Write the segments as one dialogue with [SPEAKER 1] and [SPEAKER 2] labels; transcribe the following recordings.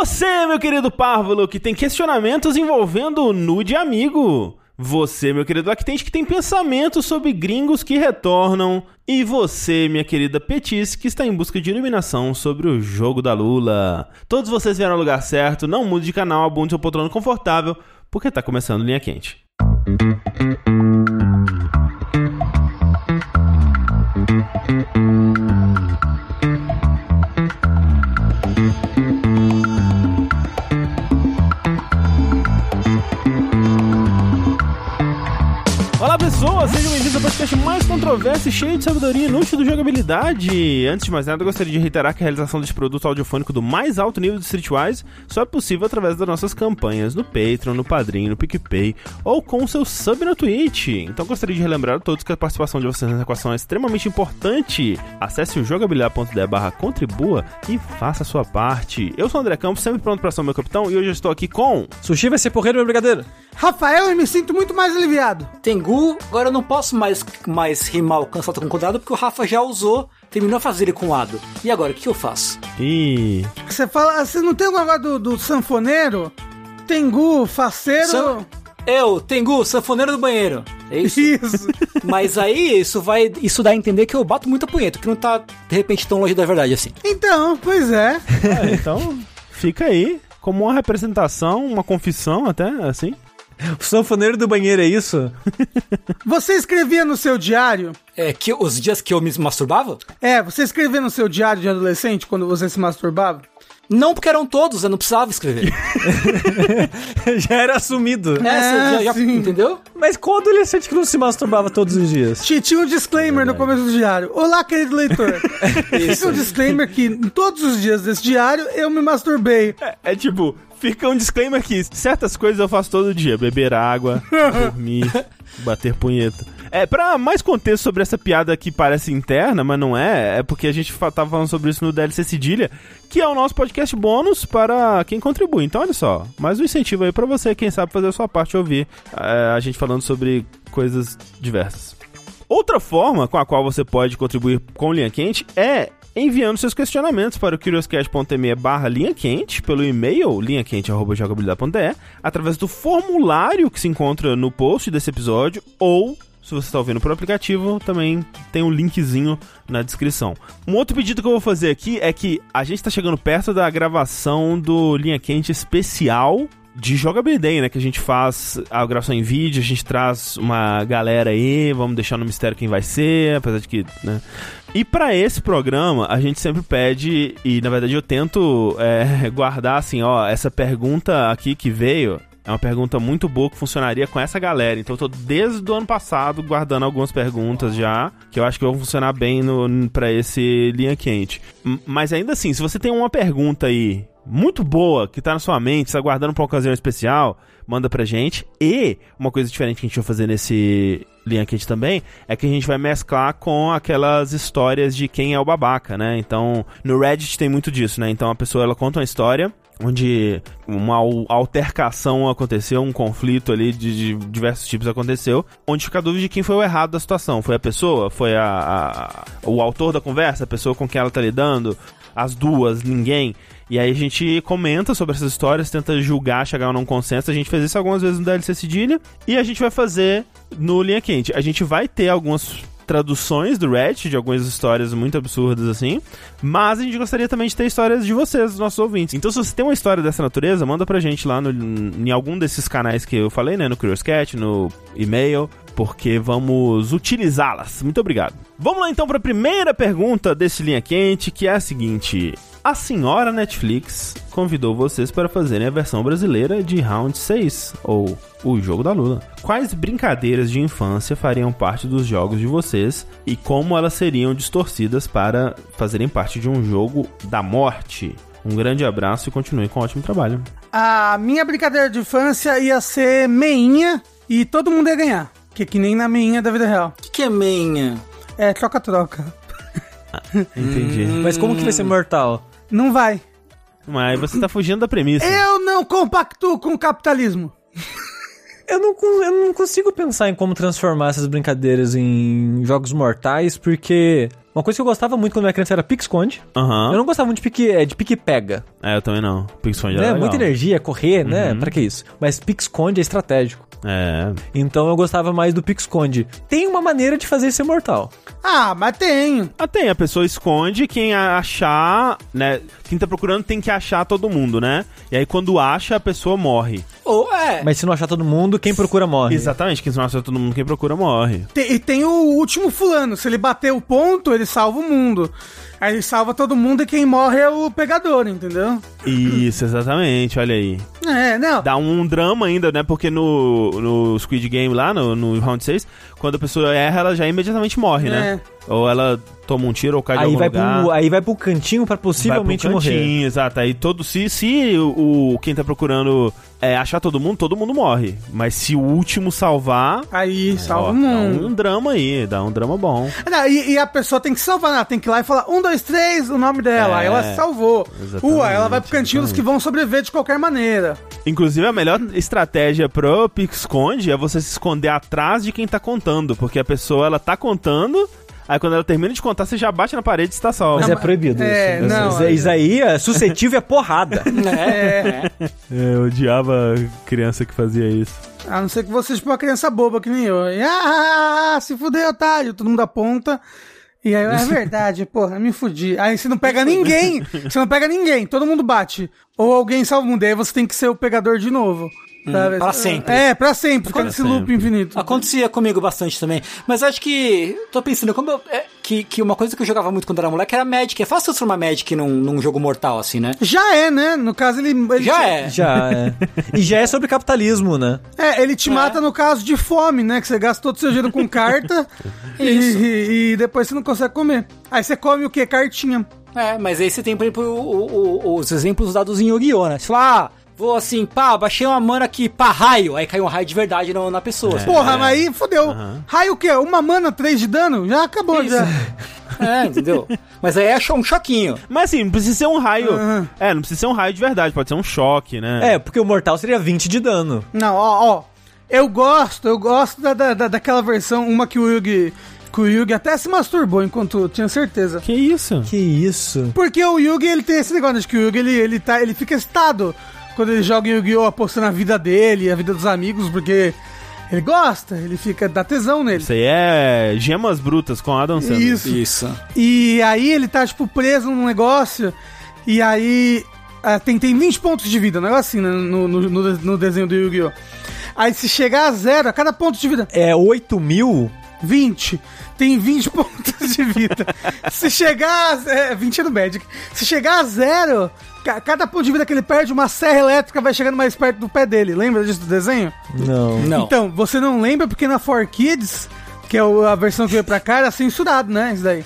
[SPEAKER 1] Você, meu querido Párvulo, que tem questionamentos envolvendo o nude amigo. Você, meu querido Lactente, que tem pensamentos sobre gringos que retornam. E você, minha querida Petis, que está em busca de iluminação sobre o jogo da Lula. Todos vocês vieram ao lugar certo, não mude de canal, abunde seu poltrono confortável, porque tá começando Linha Quente. Olá pessoas, sejam bem-vindos ao podcast mais controverso e cheio de sabedoria inútil do jogabilidade. Antes de mais nada, eu gostaria de reiterar que a realização deste produto audiofônico do mais alto nível de Streetwise só é possível através das nossas campanhas no Patreon, no Padrim, no PicPay ou com o seu sub na Twitch. Então gostaria de relembrar a todos que a participação de vocês nessa equação é extremamente importante. Acesse o jogabilidade.de barra contribua e faça a sua parte. Eu sou o André Campos, sempre pronto para ser o meu capitão, e hoje eu estou aqui com...
[SPEAKER 2] Sushi vai ser porreiro, meu brigadeiro.
[SPEAKER 3] Rafael, eu me sinto muito mais aliviado.
[SPEAKER 2] Tengu, agora eu não posso mais, mais rimar o cansado com cuidado porque o Rafa já usou, terminou a fazer ele com o Ado. E agora, o que eu faço?
[SPEAKER 1] Ih...
[SPEAKER 3] Você fala, você não tem o negócio do, do sanfoneiro? Tengu, faceiro.
[SPEAKER 2] San- Eu, Tengu, sanfoneiro do banheiro. É isso?
[SPEAKER 3] Isso.
[SPEAKER 2] Mas aí, isso vai. Isso dá a entender que eu bato muito a punheta, que não tá, de repente, tão longe da verdade assim.
[SPEAKER 3] Então, pois é.
[SPEAKER 1] É, então, fica aí como uma representação, uma confissão até, assim.
[SPEAKER 4] O sanfoneiro do banheiro é isso?
[SPEAKER 3] Você escrevia no seu diário?
[SPEAKER 2] É que os dias que eu me masturbava?
[SPEAKER 3] É, você escrevia no seu diário de adolescente quando você se masturbava?
[SPEAKER 2] Não, porque eram todos, eu não precisava escrever.
[SPEAKER 4] Já era assumido.
[SPEAKER 2] Essa,
[SPEAKER 3] É,
[SPEAKER 2] já, já,
[SPEAKER 3] sim.
[SPEAKER 2] entendeu?
[SPEAKER 4] Mas qual adolescente que não se masturbava todos os dias?
[SPEAKER 3] Tinha tinha um disclaimer no começo do diário. Olá, querido leitor. Tinha um disclaimer que em todos os dias desse diário eu me masturbei.
[SPEAKER 1] É, é tipo, fica um disclaimer que certas coisas eu faço todo dia: beber água, dormir, bater punheta. É, pra mais contexto sobre essa piada que parece interna, mas não é, é porque a gente fa- tava falando sobre isso no DLC Cedilha, que é o nosso podcast bônus para quem contribui. Então, olha só, mais um incentivo aí pra você, quem sabe fazer a sua parte e ouvir é, a gente falando sobre coisas diversas. Outra forma com a qual você pode contribuir com Linha Quente é enviando seus questionamentos para o curioscat.me barra linha quente, pelo e-mail linhaquente.jogabilidade.de, é, através do formulário que se encontra no post desse episódio, ou, se você está ouvindo por aplicativo, também tem um linkzinho na descrição. Um outro pedido que eu vou fazer aqui é que a gente está chegando perto da gravação do Linha Quente especial de jogabilidade, né? Que a gente faz a gravação em vídeo, a gente traz uma galera aí, vamos deixar no mistério quem vai ser, apesar de que, né? E pra esse programa, a gente sempre pede, e na verdade eu tento é, guardar assim, ó, essa pergunta aqui que veio. É uma pergunta muito boa que funcionaria com essa galera. Então eu tô desde o ano passado guardando algumas perguntas já, que eu acho que vão funcionar bem no, pra esse linha quente. M- Mas ainda assim, se você tem uma pergunta aí muito boa que tá na sua mente, está guardando pra uma ocasião especial, manda pra gente. E uma coisa diferente que a gente vai fazer nesse linha quente também é que a gente vai mesclar com aquelas histórias de quem é o babaca, né? Então, no Reddit tem muito disso, né? Então a pessoa ela conta uma história onde uma al- altercação aconteceu, um conflito ali de, de diversos tipos aconteceu, onde fica a dúvida de quem foi o errado da situação. Foi a pessoa? Foi a, a- o autor da conversa? A pessoa com quem ela tá lidando? As duas? Ninguém? E aí a gente comenta sobre essas histórias, tenta julgar, chegar num consenso. A gente fez isso algumas vezes no DLC Cedilha. E a gente vai fazer no Linha Quente. A gente vai ter algumas traduções do Reddit, de algumas histórias muito absurdas assim, mas a gente gostaria também de ter histórias de vocês, dos nossos ouvintes. Então se você tem uma história dessa natureza, manda pra gente lá no, em algum desses canais que eu falei, né, no Curious Cat, no e-mail, porque vamos utilizá-las. Muito obrigado. Vamos lá então pra primeira pergunta desse Linha Quente, que é a seguinte: a senhora Netflix convidou vocês para fazerem a versão brasileira de Round 6, ou O Jogo da Lula. Quais brincadeiras de infância fariam parte dos jogos de vocês e como elas seriam distorcidas para fazerem parte de um jogo da morte? Um grande abraço e continue com um ótimo trabalho.
[SPEAKER 3] A minha brincadeira de infância ia ser meinha e todo mundo ia ganhar. Que é que nem na meinha da vida real.
[SPEAKER 2] O que, que é menha?
[SPEAKER 3] É, troca-troca.
[SPEAKER 1] Entendi.
[SPEAKER 4] Mas como que vai ser mortal?
[SPEAKER 3] Não vai.
[SPEAKER 1] Mas você tá fugindo da premissa.
[SPEAKER 3] Eu não compactuo com o capitalismo.
[SPEAKER 4] Eu não, con- eu não consigo pensar em como transformar essas brincadeiras em jogos mortais, porque Uma coisa que eu gostava muito quando eu era criança era pique-esconde.
[SPEAKER 1] Aham.
[SPEAKER 4] Eu não gostava muito de pique, é, de pique-pega.
[SPEAKER 1] É, eu também não. Pixfone já
[SPEAKER 4] né?
[SPEAKER 1] é
[SPEAKER 4] Muita energia, correr, né? Pra que isso? Mas pique-esconde é estratégico.
[SPEAKER 1] É.
[SPEAKER 4] Então eu gostava mais do pique-esconde. Tem uma maneira de fazer ser mortal.
[SPEAKER 3] Ah, mas tem.
[SPEAKER 1] Ah, tem. A pessoa esconde quem a- achar, né? Quem tá procurando tem que achar todo mundo, né? E aí quando acha, a pessoa morre.
[SPEAKER 2] Ou é.
[SPEAKER 4] Mas se não achar todo mundo, quem procura morre.
[SPEAKER 1] Exatamente. Quem não acha todo mundo, quem procura, morre.
[SPEAKER 3] Tem- E tem o último fulano. Se ele bater o ponto, ele salva o mundo. Aí ele salva todo mundo e quem morre é o pegador, entendeu?
[SPEAKER 1] Isso, exatamente. Olha aí.
[SPEAKER 3] É, não.
[SPEAKER 1] Dá um drama ainda, né? Porque no, no Squid Game lá, no, no Round 6, quando a pessoa erra, ela já imediatamente morre, né? Ou ela toma um tiro ou cai de
[SPEAKER 4] É. Aí
[SPEAKER 1] algum
[SPEAKER 4] vai,
[SPEAKER 1] lugar.
[SPEAKER 4] pro, aí vai pro cantinho pra possivelmente
[SPEAKER 1] vai pro cantinho,
[SPEAKER 4] morrer.
[SPEAKER 1] Exato. Aí todo se se o, o- quem tá procurando é, achar todo mundo, todo mundo morre. Mas se o último salvar,
[SPEAKER 3] Aí salva
[SPEAKER 1] ó,
[SPEAKER 3] o
[SPEAKER 1] dá
[SPEAKER 3] mundo. É,
[SPEAKER 1] um drama aí, dá um drama bom.
[SPEAKER 3] Não, e, e a pessoa tem que salvar, né? Ela tem que ir lá e falar um, dois, três, o nome dela.
[SPEAKER 1] É,
[SPEAKER 3] Aí ela salvou.
[SPEAKER 1] exatamente,
[SPEAKER 3] Ua, ela vai pro cantinho dos que vão sobreviver de qualquer maneira.
[SPEAKER 1] Inclusive a melhor estratégia pro pique esconde é você se esconder atrás de quem tá contando, porque a pessoa ela tá contando, aí quando ela termina de contar você já bate na parede e está salvo.
[SPEAKER 4] Mas é proibido
[SPEAKER 3] É,
[SPEAKER 4] isso.
[SPEAKER 3] não,
[SPEAKER 4] Isso-
[SPEAKER 3] é-
[SPEAKER 4] isso aí é suscetível a porrada.
[SPEAKER 2] É, é.
[SPEAKER 1] É, eu odiava criança que fazia isso.
[SPEAKER 3] A não ser que você, tipo, uma criança boba que nem eu. E, ah, se fudeu, otário. Todo mundo aponta. E aí, eu, é verdade, porra, me fudi. Aí você não pega ninguém. Você não pega ninguém. Todo mundo bate. Ou alguém salva o mundo. E aí você tem que ser o pegador de novo. sabe?
[SPEAKER 2] pra sempre.
[SPEAKER 3] É, pra sempre. Fica nesse loop
[SPEAKER 1] sempre.
[SPEAKER 3] infinito.
[SPEAKER 2] Acontecia comigo bastante também. Mas acho que. Tô pensando como eu- é, que, que uma coisa que eu jogava muito quando era moleque era Magic. É fácil transformar Magic num, num jogo mortal, assim, né?
[SPEAKER 3] Já é, né? No caso, ele. ele
[SPEAKER 2] Já
[SPEAKER 3] te,
[SPEAKER 2] é.
[SPEAKER 4] Já é. E já é sobre capitalismo, né?
[SPEAKER 3] É, ele te mata no caso de fome, né? Que você gasta todo o seu dinheiro com carta. e, e- e depois você não consegue comer. Aí você come o quê? Cartinha.
[SPEAKER 2] É, mas aí você tem, por exemplo, o- o- o- os exemplos dados em Yu-Gi-Oh!, né? Você fala, ah, vou assim, pá, baixei uma mana aqui, pá, raio. Aí caiu um raio de verdade na, na pessoa. assim.
[SPEAKER 3] É. Porra, mas aí fodeu. Raio o quê? Uma mana, três de dano? Já acabou, já.
[SPEAKER 2] É, entendeu? Mas aí é cho- um choquinho.
[SPEAKER 1] Mas assim, não precisa ser um raio.
[SPEAKER 3] Aham.
[SPEAKER 1] É, não precisa ser um raio de verdade, pode ser um choque, né?
[SPEAKER 4] É, porque o mortal seria 20 de dano.
[SPEAKER 3] Não, ó, ó. Eu gosto, eu gosto da, da, da- daquela versão, uma que o Yugi. Que o Yugi até se masturbou enquanto tinha certeza.
[SPEAKER 1] Que isso?
[SPEAKER 4] Que isso?
[SPEAKER 3] Porque o Yugi, ele tem esse negócio, né, de que o Yugi, ele, ele, tá, ele fica excitado quando ele joga Yu-Gi-Oh! apostando a vida dele, a vida dos amigos, porque ele gosta, ele fica, dá tesão nele.
[SPEAKER 1] Isso aí é gemas brutas com Adam Sandler.
[SPEAKER 3] Isso.
[SPEAKER 2] Isso.
[SPEAKER 3] E aí ele tá, tipo, preso num negócio, e aí ah, tem, tem 20 pontos de vida, um negócio assim, né, no, no, no- no desenho do Yu-Gi-Oh! Aí se chegar a zero, a cada ponto de vida,
[SPEAKER 4] É 8 mil?
[SPEAKER 3] 20. Tem 20 pontos de vida. Se chegar a. É, 20 é no Magic. Se chegar a zero, ca- cada ponto de vida que ele perde, uma serra elétrica vai chegando mais perto do pé dele. Lembra disso do desenho?
[SPEAKER 4] Não.
[SPEAKER 2] Não.
[SPEAKER 3] Então, você não lembra porque na 4Kids, que é o- a versão que veio pra cá, era censurado, né? Isso daí.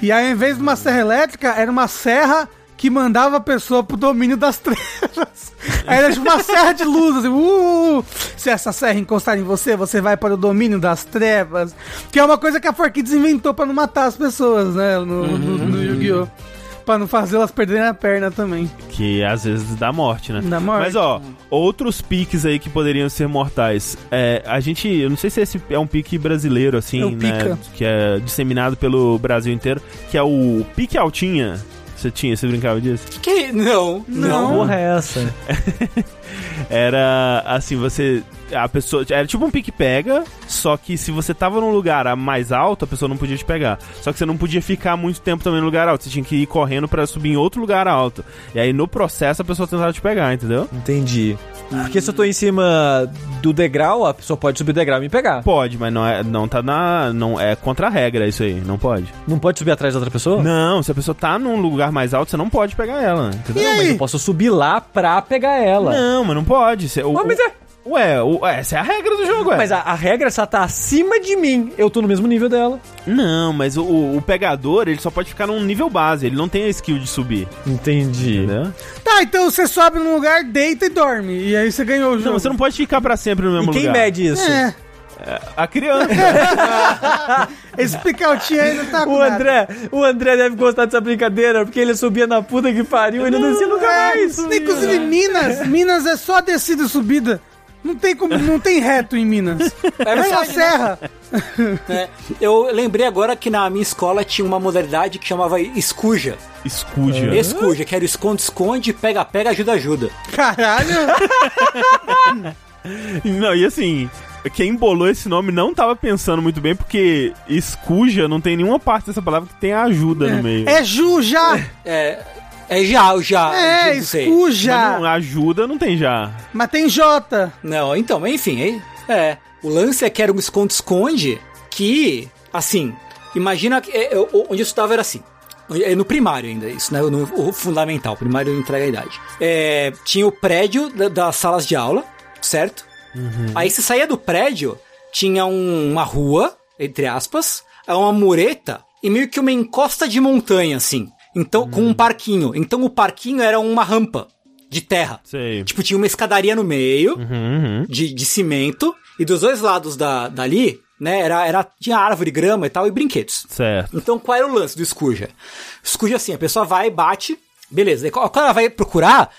[SPEAKER 3] E aí, ao invés de uma serra elétrica, era uma serra que mandava a pessoa pro domínio das trevas. Aí Era tipo uma serra de luz, assim, uh, se essa serra encostar em você, você vai para o domínio das trevas. Que é uma coisa que a 4Kids inventou pra não matar as pessoas, né? No, no-
[SPEAKER 1] Uhum.
[SPEAKER 3] no Yu-Gi-Oh! Pra não fazê-las perderem a perna também.
[SPEAKER 1] Que às vezes dá morte, né?
[SPEAKER 3] Dá morte.
[SPEAKER 1] Mas ó, outros piques aí que poderiam ser mortais. É, a gente, eu não sei se esse é um pique brasileiro, assim,
[SPEAKER 3] É o
[SPEAKER 1] né?
[SPEAKER 3] pica.
[SPEAKER 1] Que é disseminado pelo Brasil inteiro, que é o pique altinha. Você tinha, você brincava disso?
[SPEAKER 2] Que, não, não.
[SPEAKER 4] Que porra é essa?
[SPEAKER 1] Era assim, você. A pessoa. Era tipo um pique-pega, só que se você tava num lugar a mais alto, a pessoa não podia te pegar. Só que você não podia ficar muito tempo também no lugar alto. Você tinha que ir correndo pra subir em outro lugar alto. E aí no processo a pessoa tentava te pegar, entendeu?
[SPEAKER 4] Entendi. Porque se eu tô em cima do degrau, a pessoa pode subir o degrau e me pegar.
[SPEAKER 1] Pode, mas não é, não tá na, não é contra a regra isso aí, não pode.
[SPEAKER 4] Não pode subir atrás da outra pessoa?
[SPEAKER 1] Não, se a pessoa tá num lugar mais alto, você não pode pegar ela, entendeu?
[SPEAKER 3] E
[SPEAKER 4] Não, mas eu
[SPEAKER 3] aí?
[SPEAKER 4] posso subir lá pra pegar ela.
[SPEAKER 1] Não, mas não pode. Você, o,
[SPEAKER 4] Ah, mas é-
[SPEAKER 1] o- Ué, o- é, essa é a regra do jogo, ué.
[SPEAKER 4] Mas a, a regra, se ela tá acima de mim, eu tô no mesmo nível dela.
[SPEAKER 1] Não, mas o- o, o pegador, ele só pode ficar num nível base, ele não tem a skill de subir,
[SPEAKER 4] Entendi.
[SPEAKER 1] entendeu?
[SPEAKER 3] Tá, então você sobe num lugar, deita e dorme. E aí você ganhou o jogo.
[SPEAKER 1] Não, você não pode ficar pra sempre no
[SPEAKER 4] E
[SPEAKER 1] mesmo
[SPEAKER 4] quem
[SPEAKER 1] lugar.
[SPEAKER 4] mede isso?
[SPEAKER 3] É.
[SPEAKER 1] A criança.
[SPEAKER 3] Esse picaltinho ainda tá com
[SPEAKER 4] O
[SPEAKER 3] nada.
[SPEAKER 4] André, o André deve gostar dessa brincadeira, porque ele subia na puta que pariu e não descia nunca
[SPEAKER 3] É,
[SPEAKER 4] mais. né?
[SPEAKER 3] inclusive Minas, Minas é só descida e subida. Não tem, como, não tem reto em Minas.
[SPEAKER 2] É
[SPEAKER 3] É uma
[SPEAKER 2] verdade, né?
[SPEAKER 3] serra.
[SPEAKER 2] É, eu lembrei agora que na minha escola tinha uma modalidade que chamava escuja.
[SPEAKER 1] Escúdia.
[SPEAKER 4] É.
[SPEAKER 2] Escuja, que era esconde-esconde, pega-pega, ajuda-ajuda.
[SPEAKER 3] Caralho.
[SPEAKER 1] Não, e assim, quem bolou esse nome não tava pensando muito bem, porque escuja não tem nenhuma parte dessa palavra que tem ajuda no meio.
[SPEAKER 3] É Juja.
[SPEAKER 2] É, é já, já.
[SPEAKER 3] É,
[SPEAKER 2] não sei.
[SPEAKER 1] Mas não,
[SPEAKER 3] escuja.
[SPEAKER 1] ajuda não tem já.
[SPEAKER 3] Mas tem Jota.
[SPEAKER 2] Não, então, enfim, é, é. O lance é que era um esconde-esconde que, assim, imagina que, é, é, o- onde eu estudava era assim. É no primário ainda, isso, né? No, o fundamental, primário não entrega a idade. É, tinha o prédio da- das salas de aula, certo? Aí você saía do prédio, tinha um- uma rua, entre aspas, aí uma mureta e meio que uma encosta de montanha, assim. Então, com um parquinho. Então o parquinho era uma rampa de terra.
[SPEAKER 1] Sei.
[SPEAKER 2] Tipo, tinha uma escadaria no meio
[SPEAKER 1] Uhum, uhum.
[SPEAKER 2] de, de cimento e dos dois lados da, dali, né, era, era, tinha árvore, grama e tal e brinquedos.
[SPEAKER 1] Certo.
[SPEAKER 2] Então qual era o lance do Scourge? Scourge é assim, a pessoa vai, bate, beleza. Daí, Quando ela vai procurar,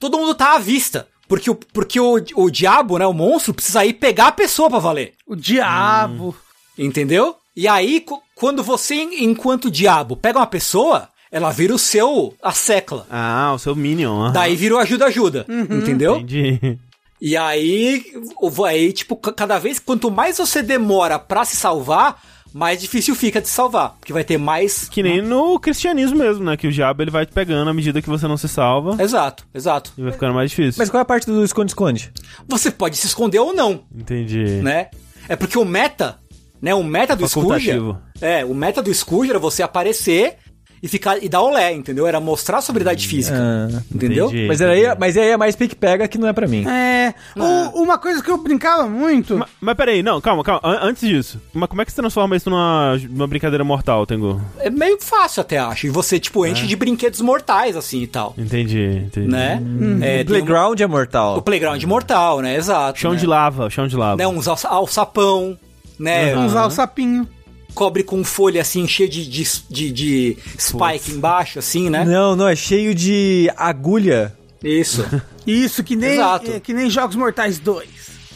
[SPEAKER 2] todo mundo tá à vista. Porque o, porque o, o diabo, né, o monstro, precisa ir pegar a pessoa pra valer.
[SPEAKER 3] O diabo.
[SPEAKER 2] Entendeu? E aí, co- quando você, enquanto diabo, pega uma pessoa, ela vira o seu, a secla.
[SPEAKER 1] Ah, o seu Minion. aham.
[SPEAKER 2] Daí virou ajuda-ajuda, entendeu?
[SPEAKER 1] Entendi.
[SPEAKER 2] E aí, o- aí, tipo, ca- cada vez quanto mais você demora pra se salvar, mais difícil fica de salvar, porque vai ter mais
[SPEAKER 1] Que nem no cristianismo mesmo, né? Que o diabo ele vai te pegando à medida que você não se salva
[SPEAKER 2] Exato, exato.
[SPEAKER 1] e vai ficando mais difícil.
[SPEAKER 4] Mas qual é a parte do esconde-esconde?
[SPEAKER 2] Você pode se esconder ou não,
[SPEAKER 1] Entendi.
[SPEAKER 2] né? É porque o meta, né, o meta do Scourge,
[SPEAKER 1] Facultativo.
[SPEAKER 2] é, o meta do Scourge era você aparecer e ficar e dar olé, entendeu? Era mostrar sua habilidade física,
[SPEAKER 4] Ah,
[SPEAKER 2] entendeu?
[SPEAKER 1] Hum, é, entendi.
[SPEAKER 4] mas, era aí, mas aí é mais pique-pega que não é pra mim.
[SPEAKER 3] É. o- uma coisa que eu brincava muito.
[SPEAKER 1] Ma- mas peraí, não, calma, calma. An- antes disso, mas como é que você transforma isso numa, numa brincadeira mortal, Tengu?
[SPEAKER 2] É meio fácil até acho. E você tipo
[SPEAKER 1] É.
[SPEAKER 2] enche de brinquedos mortais assim e tal,
[SPEAKER 1] Entendi, entendi.
[SPEAKER 2] né?
[SPEAKER 1] Hum.
[SPEAKER 2] É,
[SPEAKER 4] O
[SPEAKER 2] tem um-
[SPEAKER 4] Playground é mortal.
[SPEAKER 2] o playground mortal, né? Exato.
[SPEAKER 1] Chão
[SPEAKER 2] né?
[SPEAKER 1] de lava, chão de lava.
[SPEAKER 2] né, uns alça- alçapão, né,
[SPEAKER 3] Vamos
[SPEAKER 2] uns
[SPEAKER 3] usar o sapinho.
[SPEAKER 2] cobre com folha assim, cheio de, de, de, de spike embaixo, assim, né?
[SPEAKER 4] Não, não, é cheio de agulha.
[SPEAKER 2] Isso,
[SPEAKER 3] Isso, que nem,
[SPEAKER 2] Exato.
[SPEAKER 3] é, que nem Jogos Mortais 2.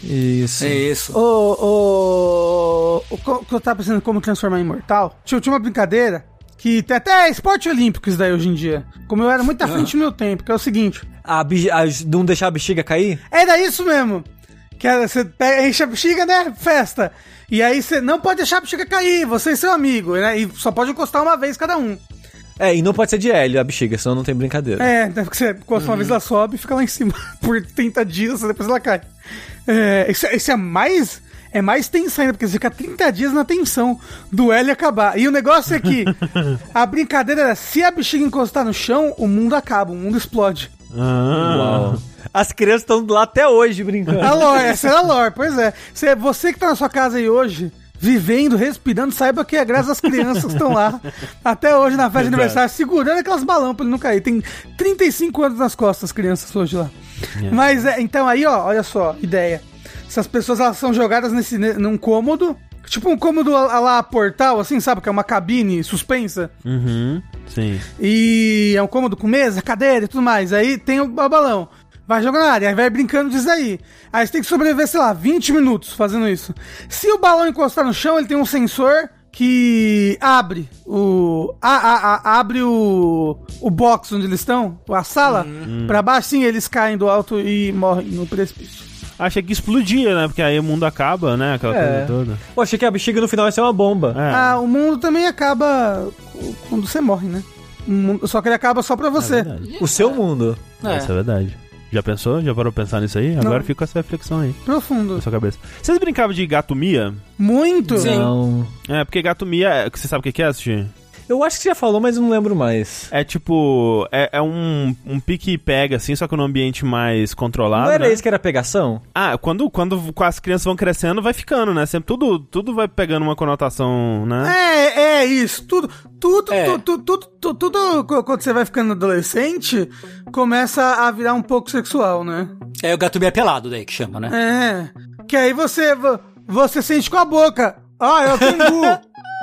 [SPEAKER 4] Isso.
[SPEAKER 2] é isso.
[SPEAKER 3] Ô, ô, ô, co- que eu tava pensando como transformar em mortal. Tinha, tinha uma brincadeira que tem até esporte olímpico isso daí hoje em dia. Como eu era muito à frente do meu tempo, que é o seguinte.
[SPEAKER 4] A bex- a- não deixar a bexiga cair?
[SPEAKER 3] Era isso mesmo. Que era, você pega, enche a bexiga, né? Festa. E aí você não pode deixar a bexiga cair, você e seu amigo, né? E só pode encostar uma vez cada um.
[SPEAKER 4] É, e não pode ser de hélio a bexiga, senão não tem brincadeira.
[SPEAKER 3] É, até porque você encosta uma vez, ela sobe e fica lá em cima por 30 dias, depois ela cai. É, isso, é- isso é mais. É mais tenso ainda, porque você fica 30 dias na tensão do L acabar. E o negócio é que a brincadeira era se a bexiga encostar no chão, o mundo acaba, o mundo explode.
[SPEAKER 1] Ah,
[SPEAKER 4] Uau. As crianças estão lá até hoje brincando.
[SPEAKER 3] A lore, essa era a lore, pois é. Você, você que tá na sua casa aí hoje, vivendo, respirando, saiba que é graças às crianças que estão lá até hoje na festa de aniversário, segurando aquelas balão pra ele não cair. Tem 35 anos nas costas as crianças hoje lá. Mas é, então aí, ó, olha só, ideia. Essas pessoas elas são jogadas nesse, ne- num cômodo, tipo um cômodo a, a lá portal, assim, sabe? Que é uma cabine suspensa.
[SPEAKER 1] Uhum, sim.
[SPEAKER 3] E é um cômodo com mesa, cadeira e tudo mais. Aí tem o balão. Vai jogando na área, aí vai brincando disso aí. Aí você tem que sobreviver, sei lá, 20 minutos fazendo isso. Se o balão encostar no chão, ele tem um sensor que abre o. a- a- a- abre o. o box onde eles estão, a sala,
[SPEAKER 1] Uhum.
[SPEAKER 3] pra baixo, sim, eles caem do alto e morrem no precipício.
[SPEAKER 1] Achei que explodia, né? Porque aí o mundo acaba, né? Aquela
[SPEAKER 4] É.
[SPEAKER 1] coisa toda.
[SPEAKER 4] Pô, achei que a bexiga no final ia ser uma bomba.
[SPEAKER 1] É.
[SPEAKER 3] Ah, o mundo também acaba cu- quando você morre, né? O mundo- Só que ele acaba só pra você.
[SPEAKER 1] É Verdade.
[SPEAKER 4] O seu mundo.
[SPEAKER 2] É.
[SPEAKER 1] Isso é verdade. Já pensou? Já parou pra pensar nisso aí? Agora fica com essa reflexão aí
[SPEAKER 3] Profundo.
[SPEAKER 1] na sua cabeça. Vocês brincavam de gato mia?
[SPEAKER 3] Muito.
[SPEAKER 2] Sim.
[SPEAKER 4] Não.
[SPEAKER 1] É, porque gato mia, é- você sabe o que que é, Sushi?
[SPEAKER 4] Eu acho que você já falou, mas não lembro mais.
[SPEAKER 1] É tipo. É, é um, um pique e pega, assim, só que num ambiente mais controlado.
[SPEAKER 4] não era
[SPEAKER 1] né?
[SPEAKER 4] isso que era pegação?
[SPEAKER 1] Ah, quando, quando as crianças vão crescendo, vai ficando, né? Sempre tudo, tudo vai pegando uma conotação, né?
[SPEAKER 3] É, é isso. Tudo, tudo,
[SPEAKER 2] É.
[SPEAKER 3] tu- tu- tudo, tu- tudo, co- quando você vai ficando adolescente, começa a virar um pouco sexual, né?
[SPEAKER 2] É o gato meio pelado daí que chama, né?
[SPEAKER 3] É. Que aí você, vo- você sente com a boca. Ah, é o tengu.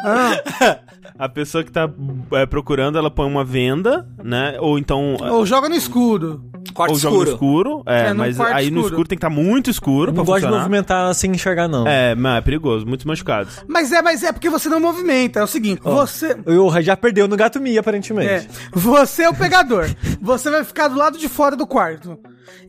[SPEAKER 3] Ah.
[SPEAKER 1] a pessoa que tá é, procurando, ela põe uma venda, né? Ou então.
[SPEAKER 3] Ou joga no escuro.
[SPEAKER 2] Quarto
[SPEAKER 1] ou joga
[SPEAKER 2] escuro.
[SPEAKER 1] no escuro. É,
[SPEAKER 3] É, num
[SPEAKER 1] mas
[SPEAKER 3] quarto
[SPEAKER 1] aí no
[SPEAKER 3] escuro.
[SPEAKER 1] escuro tem que estar muito escuro
[SPEAKER 4] Eu
[SPEAKER 1] pra
[SPEAKER 4] não gosto de
[SPEAKER 1] funcionar.
[SPEAKER 4] movimentar sem enxergar, não.
[SPEAKER 1] É, mas é perigoso, muitos machucados.
[SPEAKER 3] Mas é, mas é porque você não movimenta. É o seguinte, você.
[SPEAKER 4] Eu já perdeu no gato Mi, aparentemente.
[SPEAKER 3] É, você é o pegador. Você vai ficar do lado de fora do quarto.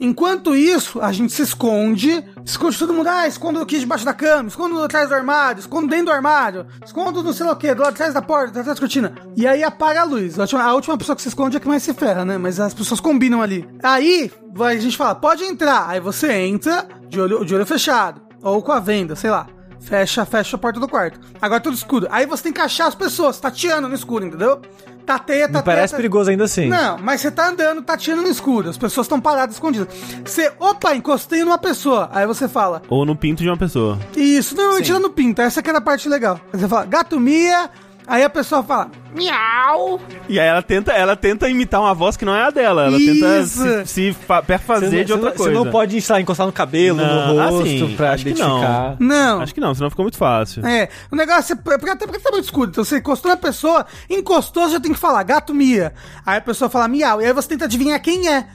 [SPEAKER 3] Enquanto isso, a gente se esconde. Esconde todo mundo. Ah, escondo aqui debaixo da cama, escondo atrás do armário, escondo dentro do armário, escondo não sei lá o que, do lado de trás da porta, atrás da cortina. E aí apaga a luz. A última, a última pessoa que se esconde é que mais se ferra, né? Mas as pessoas combinam ali. Aí vai- a gente fala, pode entrar. Aí você entra de olho, de olho fechado. Ou com a venda, sei lá. Fecha, fecha a porta do quarto. Agora tudo escuro. Aí você tem que achar as pessoas, tateando no escuro, entendeu? Tateia,
[SPEAKER 4] Me
[SPEAKER 3] tateia.
[SPEAKER 4] parece
[SPEAKER 3] tateia.
[SPEAKER 4] perigoso ainda assim.
[SPEAKER 3] Não, mas você tá andando, tateando no escuro. As pessoas estão paradas, escondidas. Você, opa, encostei numa pessoa. Aí você fala,
[SPEAKER 1] Ou no pinto de uma pessoa.
[SPEAKER 3] isso, normalmente ela não pinta. Essa que era a parte legal. Aí você fala, gato mia. Aí a pessoa fala,
[SPEAKER 1] E aí ela tenta, ela tenta imitar uma voz que não é a dela. Ela
[SPEAKER 3] Isso.
[SPEAKER 1] tenta se, se fa- perfazer
[SPEAKER 4] Você não-
[SPEAKER 1] de outra
[SPEAKER 4] você não-
[SPEAKER 1] coisa.
[SPEAKER 4] Você não pode sei lá, encostar no cabelo,
[SPEAKER 1] Não,
[SPEAKER 4] no rosto,
[SPEAKER 1] assim,
[SPEAKER 4] pra
[SPEAKER 1] acho que
[SPEAKER 4] identificar.
[SPEAKER 3] não.
[SPEAKER 1] Acho que não, senão ficou muito fácil.
[SPEAKER 3] É, o negócio é. Porque, até porque tá muito escuro. Então você encostou na pessoa, encostou, você já tem que falar, gato mia. Aí a pessoa fala miau. E aí você tenta adivinhar quem é.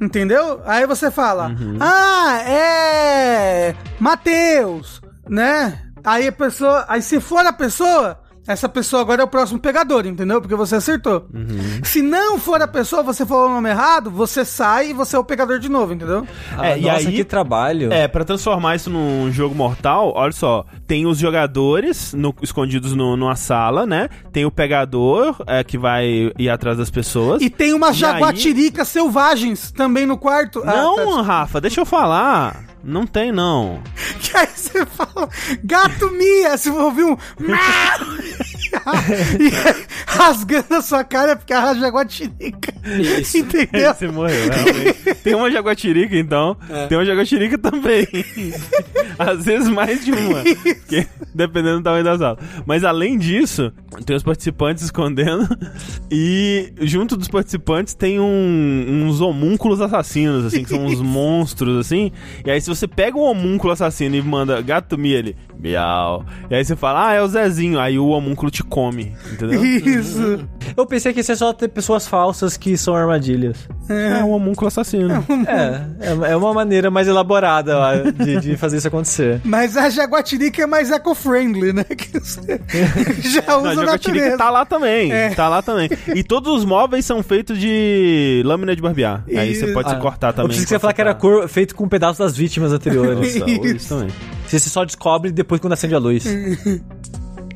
[SPEAKER 3] Entendeu? Aí você fala,
[SPEAKER 1] Uhum.
[SPEAKER 3] ah, é. Matheus, né? Aí a pessoa. Aí se for a pessoa. Essa pessoa agora é o próximo pegador, entendeu? Porque você acertou.
[SPEAKER 1] Uhum.
[SPEAKER 3] Se não for a pessoa, você falou o nome errado, você sai e você é o pegador de novo, entendeu?
[SPEAKER 4] Ah,
[SPEAKER 1] É, e
[SPEAKER 4] nossa,
[SPEAKER 1] aí-
[SPEAKER 4] que trabalho.
[SPEAKER 1] É, pra transformar isso num jogo mortal, olha só, tem os jogadores no- escondidos no- numa sala, né? Tem o pegador é, que vai ir atrás das pessoas.
[SPEAKER 3] E tem umas
[SPEAKER 1] E aí-
[SPEAKER 3] jaguatiricas selvagens também no quarto. Ah, tá,
[SPEAKER 1] Não, Rafa, deixa eu falar. Não tem, não.
[SPEAKER 3] Que aí você fala, gato mia, se ouvir um. miau, e aí, rasgando a sua cara é porque a jaguatirica.
[SPEAKER 2] Isso.
[SPEAKER 3] Entendeu?
[SPEAKER 1] Você morreu, realmente. Tem uma jaguatirica, então. Tem uma jaguatirica também. Às vezes mais de uma. Porque- dependendo do tamanho da sala. Mas além disso, tem os participantes escondendo. E junto dos participantes tem um- uns homúnculos assassinos, assim, que são uns monstros, assim. E aí se você pega um homúnculo assassino e manda gato mi ele, miau. E aí você fala, ah, é o Zezinho. Aí o homúnculo te come, entendeu?
[SPEAKER 3] Isso.
[SPEAKER 4] Eu pensei que ia ser só ter pessoas falsas que são armadilhas.
[SPEAKER 1] É um homúnculo assassino.
[SPEAKER 4] É, é- é uma maneira mais elaborada ó, de, de fazer isso acontecer.
[SPEAKER 3] Mas a jaguatirica é mais eco-friendly, né? Que você já
[SPEAKER 1] Não,
[SPEAKER 3] usa a
[SPEAKER 1] a jaguatirica
[SPEAKER 3] natureza.
[SPEAKER 1] tá lá também.
[SPEAKER 3] É.
[SPEAKER 1] Tá lá também. E todos os móveis são feitos de lâmina de barbear. Aí
[SPEAKER 3] Isso.
[SPEAKER 1] você pode
[SPEAKER 4] Ah,
[SPEAKER 1] se cortar
[SPEAKER 4] Eu
[SPEAKER 1] também.
[SPEAKER 4] pensei que você ia falar que era
[SPEAKER 1] cortar.
[SPEAKER 4] cor, feito com um pedaço das vítimas anteriores.
[SPEAKER 1] Nossa, ou isso também.
[SPEAKER 4] Você só descobre depois quando acende a luz.
[SPEAKER 1] Hum.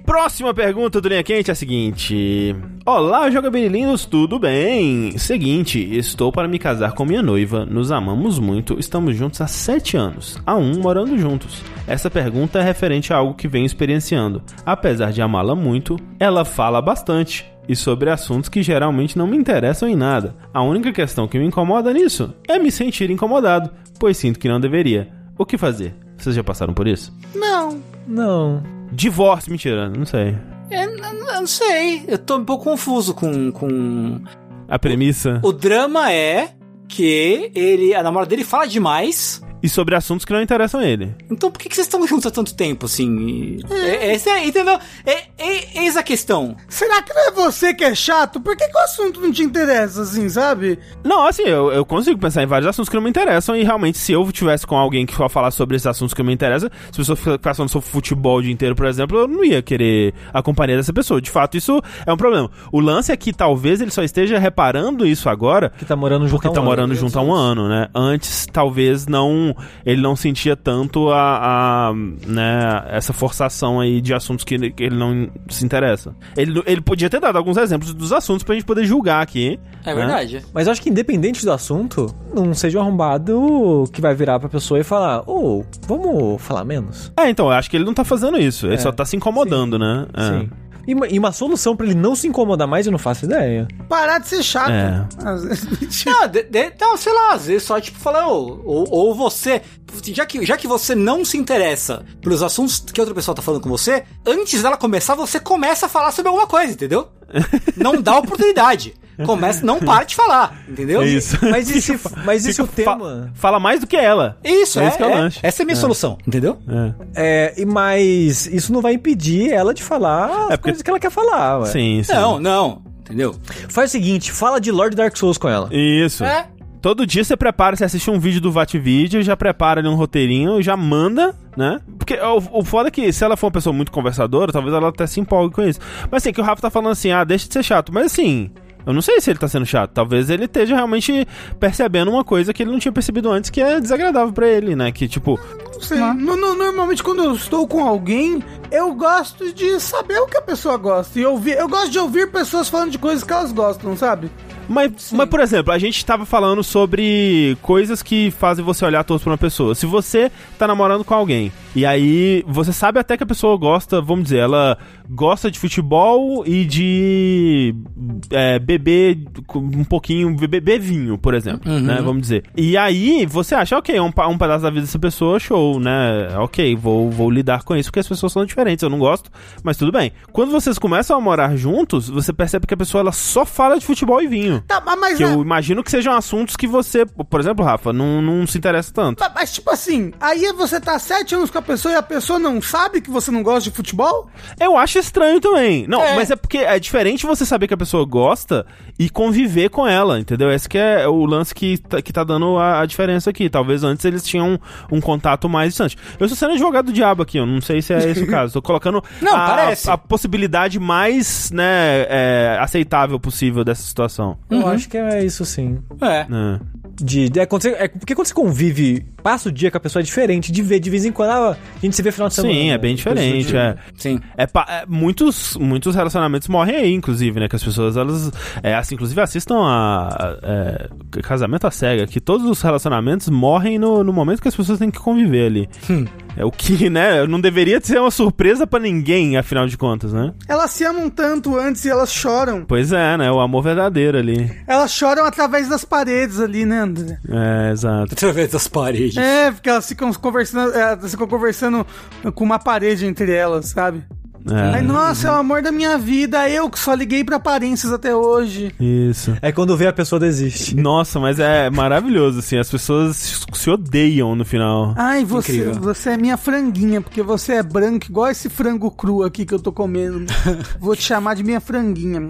[SPEAKER 1] Próxima pergunta do Linha Quente é a seguinte: Olá, jogabilindos, tudo bem? Seguinte, estou para me casar com minha noiva, nos amamos muito, estamos juntos há sete anos, há um morando juntos. Essa pergunta é referente a algo que venho experienciando. Apesar de amá-la muito, ela fala bastante e sobre assuntos que geralmente não me interessam em nada. A única questão que me incomoda nisso é me sentir incomodado, pois sinto que não deveria. O que fazer? Vocês já passaram por isso?
[SPEAKER 2] Não.
[SPEAKER 4] Não.
[SPEAKER 1] Divórcio, mentira, não sei.
[SPEAKER 2] É, n- n- eu não sei. Eu tô um pouco confuso com, com.
[SPEAKER 1] A premissa.
[SPEAKER 2] O drama é que ele. A namorada dele fala demais.
[SPEAKER 1] E sobre assuntos que não interessam a ele.
[SPEAKER 2] Então por que, que vocês estão juntos há tanto tempo, assim? É, essa é, entendeu? É, é, eis a questão.
[SPEAKER 3] Será que não é você que é chato? Por que, que o assunto não te interessa, assim, sabe?
[SPEAKER 1] Não, assim, eu, eu consigo pensar em vários assuntos que não me interessam. E realmente, se eu tivesse com alguém que só falar sobre esses assuntos que me interessam, se a pessoa fica- ficar falando sobre futebol o dia inteiro, por exemplo, eu não ia querer a companhia dessa pessoa. De fato, isso é um problema. O lance é que talvez ele só esteja reparando isso agora.
[SPEAKER 4] Que tá morando junto
[SPEAKER 1] Porque
[SPEAKER 4] há um
[SPEAKER 1] tá
[SPEAKER 4] ano.
[SPEAKER 1] morando junto há um ano, né? Antes, talvez não. Ele não sentia tanto a. a, né, essa forçação aí de assuntos que ele, que ele não se interessa. Ele, ele podia ter dado alguns exemplos dos assuntos pra gente poder julgar aqui. né?
[SPEAKER 2] É verdade.
[SPEAKER 4] Mas eu acho que independente do assunto, não seja um arrombado que vai virar pra pessoa e falar, ô, vamos falar menos.
[SPEAKER 1] É, então, eu acho que ele não tá fazendo isso. Ele só tá se incomodando, né? É.
[SPEAKER 4] É. Sim. E uma, e uma solução pra ele não se incomodar mais, eu não faço ideia.
[SPEAKER 3] Parar de ser chato.
[SPEAKER 1] É.
[SPEAKER 3] Às vezes-
[SPEAKER 2] Não, de- de- não, sei lá, às vezes só tipo falar, ô, ou, ou você. Já que, já que você não se interessa pelos assuntos que outra pessoa tá falando com você, antes dela começar, você começa a falar sobre alguma coisa, entendeu? Não dá oportunidade. Começa, não para de falar, entendeu?
[SPEAKER 1] É isso.
[SPEAKER 4] Mas e se, mas e se é o
[SPEAKER 1] Fica- fa-
[SPEAKER 4] tema.
[SPEAKER 1] fala mais do que ela.
[SPEAKER 2] Isso,
[SPEAKER 1] É
[SPEAKER 2] é,
[SPEAKER 1] isso que é o
[SPEAKER 2] é.
[SPEAKER 1] lanche.
[SPEAKER 2] essa é a minha solução, entendeu?
[SPEAKER 1] É.
[SPEAKER 4] É, e- mas isso não vai impedir ela de falar as
[SPEAKER 1] É, porque-
[SPEAKER 4] coisas que ela quer falar, ué.
[SPEAKER 1] Sim, sim.
[SPEAKER 2] Não, não, entendeu?
[SPEAKER 4] Faz o seguinte, fala de Lord Dark Souls com ela.
[SPEAKER 1] Isso.
[SPEAKER 2] É.
[SPEAKER 1] Todo dia você prepara, você assiste um vídeo do Vativídeo, já prepara ali um roteirinho, já manda, né? Porque o, o foda é que se ela for uma pessoa muito conversadora, talvez ela até se empolgue com isso. Mas assim, que o Rafa tá falando assim, ah, deixa de ser chato. Mas assim, eu não sei se ele tá sendo chato. Talvez ele esteja realmente percebendo uma coisa que ele não tinha percebido antes, que é desagradável pra ele, né? Que tipo,
[SPEAKER 3] Não sei. No- no- normalmente, quando eu estou com alguém, eu gosto de saber o que a pessoa gosta. E ouvir, eu gosto de ouvir pessoas falando de coisas que elas gostam, sabe?
[SPEAKER 1] Mas, mas, por exemplo, a gente tava falando sobre coisas que fazem você olhar todos pra uma pessoa. Se você tá namorando com alguém, e aí você sabe até que a pessoa gosta, vamos dizer, ela gosta de futebol e de é, beber com- um pouquinho, beber vinho, por exemplo, né? Vamos dizer. E aí você acha, ok, é um, pa- um pedaço da vida dessa pessoa, show, né? Ok, vou, vou lidar com isso, porque as pessoas são diferentes, eu não gosto, mas tudo bem. Quando vocês começam a morar juntos, você percebe que a pessoa ela só fala de futebol e vinho.
[SPEAKER 3] Tá, ma- mas,
[SPEAKER 1] Que
[SPEAKER 3] é-
[SPEAKER 1] eu imagino que sejam assuntos que você, por exemplo, Rafa, não, não se interessa tanto.
[SPEAKER 3] ma- mas, tipo assim, aí você tá sete anos com a pessoa e a pessoa não sabe que você não gosta de futebol?
[SPEAKER 1] Eu acho estranho também. Não,
[SPEAKER 2] É.
[SPEAKER 1] mas é porque é diferente você saber que a pessoa gosta e conviver com ela, entendeu? Esse que é o lance que tá, que tá dando a, a diferença aqui. Talvez antes eles tinham um, contato mais distante. Eu estou sendo advogado do diabo aqui, eu não sei se é esse o caso. Tô colocando
[SPEAKER 2] Não,
[SPEAKER 1] a,
[SPEAKER 2] parece.
[SPEAKER 1] a possibilidade mais, né, é, aceitável possível dessa situação.
[SPEAKER 4] Eu acho que é isso sim.
[SPEAKER 2] É.
[SPEAKER 1] É.
[SPEAKER 4] De, de- é, quando você- é porque quando você convive, passa o dia com a pessoa é diferente, de ver de vez em quando, ah, a gente se vê
[SPEAKER 2] Tá
[SPEAKER 4] final de semana.
[SPEAKER 1] Sim, é bem diferente, é.
[SPEAKER 2] Sim.
[SPEAKER 1] É, pa- é, muitos, muitos relacionamentos morrem aí, inclusive, né? Que as pessoas, elas. É, assim, inclusive, assistam a. a- é, C- casamento à cega, que todos os relacionamentos morrem no, no momento que as pessoas têm que conviver ali. É o que, né? Não deveria ser uma surpresa pra ninguém, afinal de contas, né?
[SPEAKER 3] Elas se amam tanto antes e elas choram.
[SPEAKER 1] Pois é, né? O amor verdadeiro ali.
[SPEAKER 3] Elas choram através das paredes ali, né, André?
[SPEAKER 1] É, exato.
[SPEAKER 2] Através das paredes.
[SPEAKER 3] É, porque elas ficam conversando, é, elas ficam conversando com uma parede entre elas, sabe? Aí,
[SPEAKER 1] É,
[SPEAKER 3] nossa, é o amor da minha vida, eu que só liguei pra aparências até hoje.
[SPEAKER 1] isso.
[SPEAKER 4] É quando vê a pessoa desiste.
[SPEAKER 1] Nossa, mas é maravilhoso, assim. As pessoas se- se odeiam no final.
[SPEAKER 3] Ai, você,
[SPEAKER 2] Incrível.
[SPEAKER 3] você é minha franguinha, porque você é branco igual esse frango cru aqui que eu tô comendo. Vou te chamar de minha franguinha.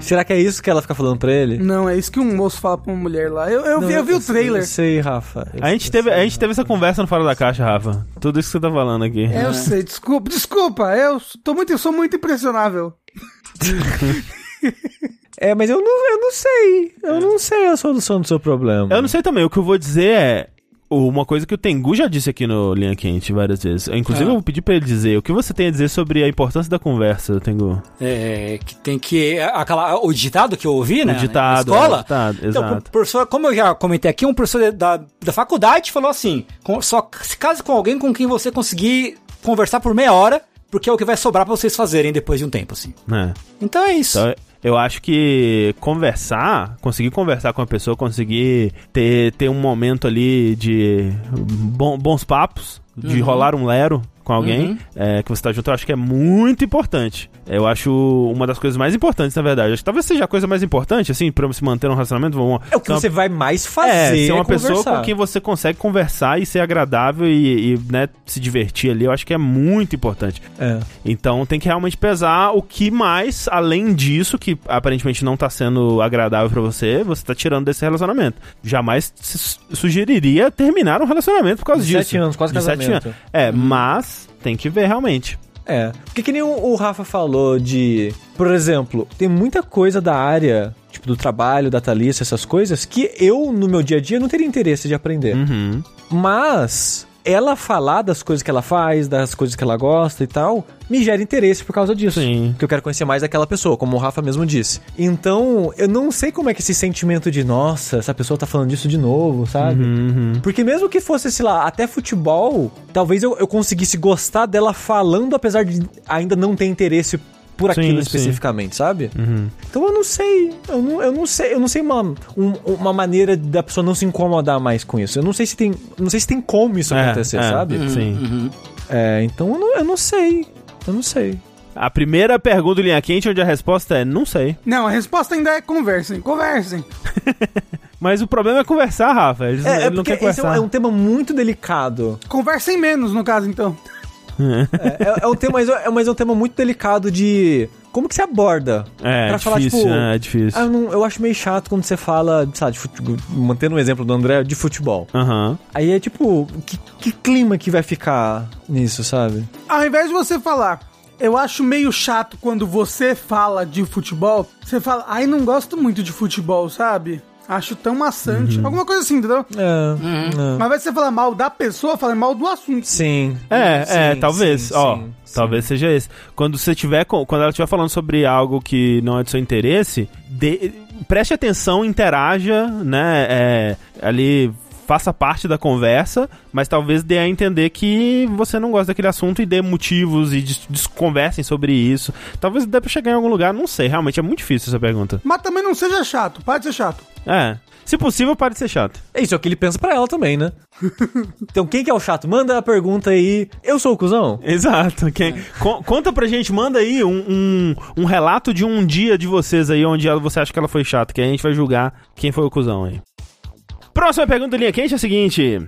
[SPEAKER 4] Será que é isso que ela fica falando pra ele?
[SPEAKER 3] Não, é isso que um moço fala pra uma mulher lá. Eu, eu, vi, eu vi o
[SPEAKER 4] Eu
[SPEAKER 3] trailer.
[SPEAKER 4] sei, Rafa. Eu
[SPEAKER 1] A gente,
[SPEAKER 4] sei.
[SPEAKER 1] teve, a gente teve essa conversa no Fora da Caixa, Rafa. Tudo isso que você tá falando aqui.
[SPEAKER 3] É, Eu sei, desculpa, desculpa, eu tô muito, eu sou muito impressionável.
[SPEAKER 4] É, mas eu não, eu não sei. Eu não sei a solução do seu problema.
[SPEAKER 1] Eu não sei também, o que eu vou dizer é. Uma coisa que o Tengu já disse aqui no Linha Quente várias vezes. Inclusive,
[SPEAKER 4] Ah.
[SPEAKER 1] eu vou pedir pra ele dizer o que você tem a dizer sobre a importância da conversa, Tengu.
[SPEAKER 2] É, que tem que. Aquela, o ditado que eu ouvi, né?
[SPEAKER 1] O ditado,
[SPEAKER 2] Na escola.
[SPEAKER 1] é, o ditado,
[SPEAKER 2] Então, o
[SPEAKER 1] exato.
[SPEAKER 2] professor, como eu já comentei aqui, um professor da, da faculdade falou assim: com- só se case com alguém com quem você conseguir conversar por meia hora, porque é o que vai sobrar pra vocês fazerem depois de um tempo, assim.
[SPEAKER 1] né?
[SPEAKER 2] Então é isso.
[SPEAKER 1] Então, eu acho que conversar, conseguir conversar com a pessoa, conseguir ter, ter um momento ali de bom- bons papos,
[SPEAKER 4] Uhum.
[SPEAKER 1] de rolar um lero com alguém é, que você tá junto, eu acho que é muito importante. Eu acho uma das coisas mais importantes, na verdade. Acho que talvez seja a coisa mais importante, assim, pra se manter um relacionamento. Vamos,
[SPEAKER 4] É o que
[SPEAKER 1] uma-
[SPEAKER 4] você vai mais
[SPEAKER 1] é,
[SPEAKER 4] fazer.
[SPEAKER 1] ser uma pessoa
[SPEAKER 4] conversar.
[SPEAKER 1] com quem você consegue conversar e ser agradável e, e, né, se divertir ali, eu acho que é muito importante.
[SPEAKER 4] É.
[SPEAKER 1] Então tem que realmente pesar o que mais, além disso, que aparentemente não tá sendo agradável pra você, você tá tirando desse relacionamento. Jamais se- sugeriria terminar um relacionamento por causa disso.
[SPEAKER 4] 17 anos, quase
[SPEAKER 1] De sete
[SPEAKER 4] casamento. Uhum.
[SPEAKER 1] anos. É, mas tem que ver realmente.
[SPEAKER 4] É. Porque que nem o, o Rafa falou de. Por exemplo, tem muita coisa da área, tipo, do trabalho, da Thalissa, essas coisas, que eu, no meu dia a dia, não teria interesse de aprender.
[SPEAKER 1] Uhum.
[SPEAKER 4] Mas ela falar das coisas que ela faz, das coisas que ela gosta e tal, me gera interesse por causa disso.
[SPEAKER 1] Sim.
[SPEAKER 4] Porque eu quero conhecer mais é aquela pessoa, como o Rafa mesmo disse. Então, eu não sei como é que esse sentimento de, nossa, essa pessoa tá falando disso de novo, sabe?
[SPEAKER 1] Uhum.
[SPEAKER 4] Porque mesmo que fosse, sei lá, até futebol, talvez eu, eu conseguisse gostar dela falando, apesar de ainda não ter interesse por
[SPEAKER 1] Sim,
[SPEAKER 4] aquilo
[SPEAKER 1] sim.
[SPEAKER 4] especificamente, sabe?
[SPEAKER 1] Uhum.
[SPEAKER 4] Então eu não sei, eu não, eu não sei, eu não sei uma, um- uma maneira da pessoa não se incomodar mais com isso. Eu não sei se tem, não sei se tem como isso
[SPEAKER 1] É,
[SPEAKER 4] acontecer,
[SPEAKER 1] é,
[SPEAKER 4] sabe?
[SPEAKER 1] Sim.
[SPEAKER 4] É, então eu não, eu não sei, eu não sei.
[SPEAKER 1] A primeira pergunta do Linha Quente, onde a resposta é não sei.
[SPEAKER 3] Não, a resposta ainda é conversem, conversem.
[SPEAKER 1] Mas o problema é conversar, Rafa. Eles,
[SPEAKER 4] É, é
[SPEAKER 1] ele não
[SPEAKER 4] porque
[SPEAKER 1] quer
[SPEAKER 4] esse é um,
[SPEAKER 1] conversar.
[SPEAKER 4] é um tema muito delicado.
[SPEAKER 3] Conversem menos, no caso, então.
[SPEAKER 4] É, é- é um tema, mas é, mas é um tema muito delicado de. Como que você aborda?
[SPEAKER 1] É,
[SPEAKER 4] Pra
[SPEAKER 1] difícil, né? É difícil.
[SPEAKER 4] Ah, eu, não- eu acho meio chato quando você fala, sabe, de futebol, mantendo um exemplo do André, de futebol.
[SPEAKER 1] Aham.
[SPEAKER 4] Aí é tipo, que, que clima que vai ficar nisso, sabe?
[SPEAKER 3] Ao invés de você falar, eu acho meio chato quando você fala de futebol, você fala, ai, não gosto muito de futebol, sabe? Acho tão maçante. Alguma coisa assim, entendeu?
[SPEAKER 4] É, é.
[SPEAKER 3] Mas vai você falar mal da pessoa, fala mal do assunto.
[SPEAKER 4] Sim.
[SPEAKER 1] É,
[SPEAKER 4] Sim,
[SPEAKER 1] é, talvez,
[SPEAKER 4] sim,
[SPEAKER 1] ó,
[SPEAKER 4] sim, sim.
[SPEAKER 1] talvez seja esse. Quando você tiver, com- quando ela estiver falando sobre algo que não é do seu interesse, dê- preste atenção, interaja, né, é, ali faça parte da conversa, mas talvez dê a entender que você não gosta daquele assunto e dê motivos e dis- dis- conversem sobre isso. Talvez dê pra chegar em algum lugar, não sei, realmente é muito difícil essa pergunta.
[SPEAKER 3] Mas também não seja chato, pode ser chato.
[SPEAKER 1] É, se possível, pare de ser chato.
[SPEAKER 4] É isso, é o que ele pensa pra ela também, né? então quem que é o chato? Manda a pergunta aí. Eu sou o cuzão?
[SPEAKER 1] Exato. Quem-
[SPEAKER 4] É.
[SPEAKER 1] con- conta pra gente, manda aí um, um- um relato de um dia de vocês aí, onde ela- você acha que ela foi chata, que aí a gente vai julgar quem foi o cuzão aí. Próxima pergunta, linha quente, é a seguinte: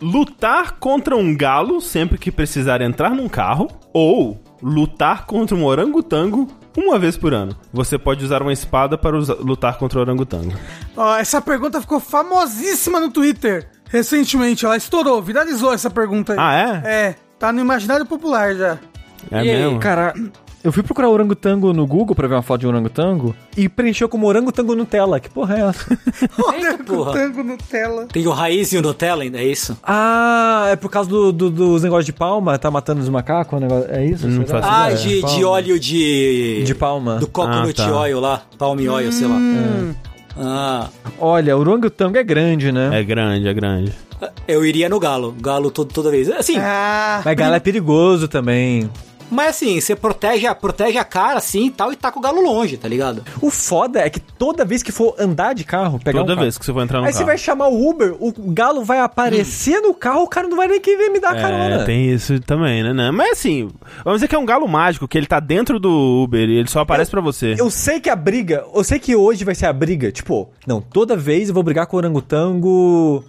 [SPEAKER 1] lutar contra um galo sempre que precisar entrar num carro ou lutar contra um orangotango uma vez por ano? Você pode usar uma espada para usa- lutar contra o orangotango.
[SPEAKER 3] Ó, essa pergunta ficou famosíssima no Twitter recentemente. Ela estourou, viralizou essa pergunta aí.
[SPEAKER 1] Ah, é?
[SPEAKER 3] É, tá no imaginário popular já.
[SPEAKER 1] É,
[SPEAKER 2] E aí,
[SPEAKER 4] Cara, eu fui procurar orangotango no Google pra ver uma foto de orangotango e preencheu como orangotango Nutella. Que porra é essa?
[SPEAKER 2] Eita,
[SPEAKER 3] O
[SPEAKER 2] porra.
[SPEAKER 3] tango Nutella.
[SPEAKER 2] Tem o raiz e o Nutella ainda, é isso?
[SPEAKER 4] ah, é por causa do, do- dos negócios de palma? Tá matando os macacos? o negócio- É isso?
[SPEAKER 1] Não
[SPEAKER 4] será?
[SPEAKER 1] faço
[SPEAKER 2] Ah,
[SPEAKER 1] É,
[SPEAKER 2] de,
[SPEAKER 4] palma.
[SPEAKER 2] de óleo de...
[SPEAKER 4] De palma.
[SPEAKER 2] Do coconut
[SPEAKER 1] Ah, tá. Hum.
[SPEAKER 2] oil lá. Palm oil, sei lá. Ah,
[SPEAKER 4] Olha, o orangotango é grande, né?
[SPEAKER 1] é grande, é grande.
[SPEAKER 2] eu iria no galo. Galo todo, toda vez. Assim,
[SPEAKER 3] Ah,
[SPEAKER 4] Mas galo é perigoso também.
[SPEAKER 2] mas assim, você protege, a- protege a cara assim e tal e taca o galo longe, tá ligado?
[SPEAKER 4] O foda é que toda vez que for andar de carro, pegar
[SPEAKER 1] Toda
[SPEAKER 4] um carro,
[SPEAKER 1] vez que você for entrar no
[SPEAKER 4] Aí
[SPEAKER 1] carro.
[SPEAKER 4] você vai chamar o Uber, o galo vai aparecer no carro, o cara não vai nem querer me dar carona.
[SPEAKER 1] É, tem isso também, né? né? Mas assim, vamos dizer que é um galo mágico, que ele tá dentro do Uber e ele só aparece pra você.
[SPEAKER 4] Eu sei que a briga, eu sei que hoje vai ser a briga, tipo, não, toda vez eu vou brigar com o orangotango,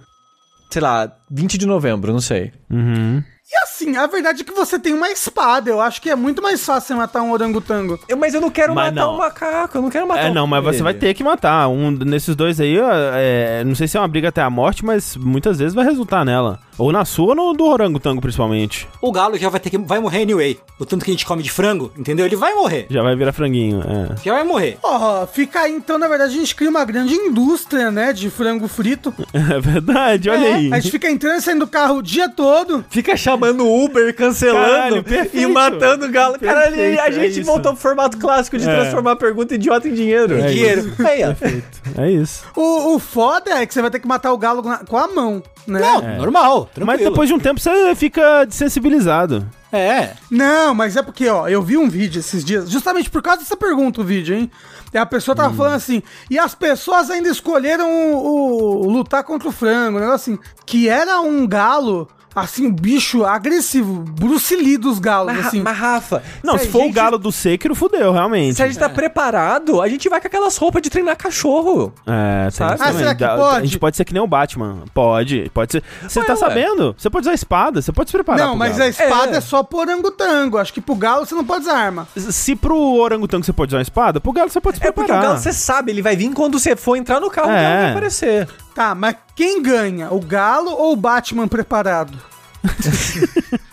[SPEAKER 4] sei lá, 20 de novembro, não sei.
[SPEAKER 1] Uhum.
[SPEAKER 3] e assim, a verdade é que você tem uma espada. Eu acho que é muito mais fácil você matar um orangotango.
[SPEAKER 4] Eu- mas eu não quero
[SPEAKER 1] Mas
[SPEAKER 4] matar
[SPEAKER 1] não.
[SPEAKER 4] o macaco, eu não quero matar
[SPEAKER 1] É,
[SPEAKER 4] o
[SPEAKER 1] não, mas você vai ter que matar. Um nesses dois aí, ó, é, não sei se é uma briga até a morte, mas muitas vezes vai resultar nela. Ou na sua ou no do orangotango, principalmente.
[SPEAKER 2] O galo já vai ter que. Vai morrer anyway. O tanto que a gente come de frango, entendeu? Ele vai morrer.
[SPEAKER 1] Já vai virar franguinho. É.
[SPEAKER 2] Já vai morrer.
[SPEAKER 3] Ó, fica aí, então, na verdade, a gente cria uma grande indústria, né, de frango frito.
[SPEAKER 1] É verdade, olha
[SPEAKER 3] É,
[SPEAKER 1] aí.
[SPEAKER 3] A gente fica entrando e saindo do carro o dia todo.
[SPEAKER 4] Fica chamando o Uber,
[SPEAKER 1] Caralho,
[SPEAKER 4] cancelando e
[SPEAKER 1] perfeito.
[SPEAKER 4] matando o galo. Caralho,
[SPEAKER 1] Perfeito,
[SPEAKER 4] a
[SPEAKER 1] é
[SPEAKER 4] gente
[SPEAKER 1] isso.
[SPEAKER 4] voltou pro formato clássico de
[SPEAKER 1] É.
[SPEAKER 4] transformar a pergunta idiota em dinheiro.
[SPEAKER 1] É
[SPEAKER 4] dinheiro. Aí, ó.
[SPEAKER 1] É isso.
[SPEAKER 3] O, o foda é que você vai ter que matar o galo na- com a mão, né?
[SPEAKER 2] Não, normal. Tranquilo.
[SPEAKER 1] É. Mas depois de um tempo você fica desensibilizado.
[SPEAKER 2] É.
[SPEAKER 3] Não, mas é porque, ó, eu vi um vídeo esses dias, justamente por causa dessa pergunta, o vídeo, hein? E a pessoa tava falando assim, e as pessoas ainda escolheram o, o lutar contra o frango, um negócio assim, que era um galo, assim, um bicho agressivo, Bruce Lee dos galos,
[SPEAKER 4] Mas, Ra-
[SPEAKER 3] assim.
[SPEAKER 4] mas, Rafa,
[SPEAKER 1] Não, se,
[SPEAKER 4] a
[SPEAKER 1] for o
[SPEAKER 4] gente-
[SPEAKER 1] galo é. do Sekiro, fudeu, realmente.
[SPEAKER 4] Se a gente tá preparado, a gente vai com aquelas roupas de treinar cachorro.
[SPEAKER 1] É, tem
[SPEAKER 4] Sabe?
[SPEAKER 1] isso
[SPEAKER 3] Ah,
[SPEAKER 1] também.
[SPEAKER 3] será que
[SPEAKER 1] Dá-
[SPEAKER 3] pode?
[SPEAKER 1] A gente pode ser que nem o Batman. Pode, pode ser. Você
[SPEAKER 4] Ué,
[SPEAKER 1] tá
[SPEAKER 4] ué.
[SPEAKER 1] sabendo? Você pode usar espada, você pode se preparar.
[SPEAKER 3] Não,
[SPEAKER 1] pro
[SPEAKER 3] mas a
[SPEAKER 1] galo.
[SPEAKER 3] espada é,
[SPEAKER 4] É.
[SPEAKER 3] só pro orangotango, acho que pro galo você não pode usar arma.
[SPEAKER 1] Se pro orangotango você pode usar uma espada, pro galo você pode se
[SPEAKER 4] É porque
[SPEAKER 1] preparar.
[SPEAKER 4] o galo, você sabe, ele vai vir quando você for entrar no carro, o galo
[SPEAKER 1] É.
[SPEAKER 4] vai aparecer.
[SPEAKER 3] Tá, mas quem ganha, o galo ou o Batman preparado?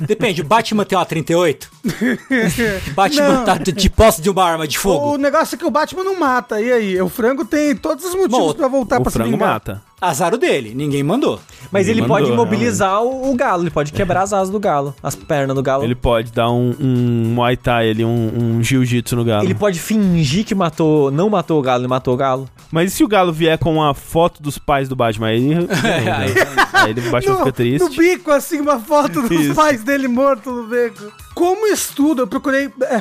[SPEAKER 2] Depende. Batman tem uma 38? Batman tá de de posse de uma arma de fogo?
[SPEAKER 3] O negócio é que o Batman não mata, e aí? O frango tem todos os motivos
[SPEAKER 2] Bom,
[SPEAKER 3] pra voltar
[SPEAKER 1] o
[SPEAKER 3] tá pra se
[SPEAKER 1] frango
[SPEAKER 3] vingar.
[SPEAKER 1] mata.
[SPEAKER 2] Azar o dele. Ninguém mandou.
[SPEAKER 4] Mas
[SPEAKER 1] Ele
[SPEAKER 4] ele,
[SPEAKER 1] mandou, né?
[SPEAKER 4] pode imobilizar o, o galo, ele pode quebrar as asas do galo, as pernas do galo.
[SPEAKER 1] Ele
[SPEAKER 4] Ele,
[SPEAKER 1] pode dar um, um Muay Thai ali, um, um jiu-jitsu no galo.
[SPEAKER 4] pode fingir que matou, não matou o galo, ele matou o galo.
[SPEAKER 1] Mas e se o galo vier com a foto dos pais do Batman? Aí, aí, aí ele- o Batman
[SPEAKER 3] No,
[SPEAKER 1] fica
[SPEAKER 3] no
[SPEAKER 1] triste.
[SPEAKER 3] bico, assim, uma foto dos
[SPEAKER 1] Isso.
[SPEAKER 3] pais dele morto no beco. Como estudo, eu procurei é,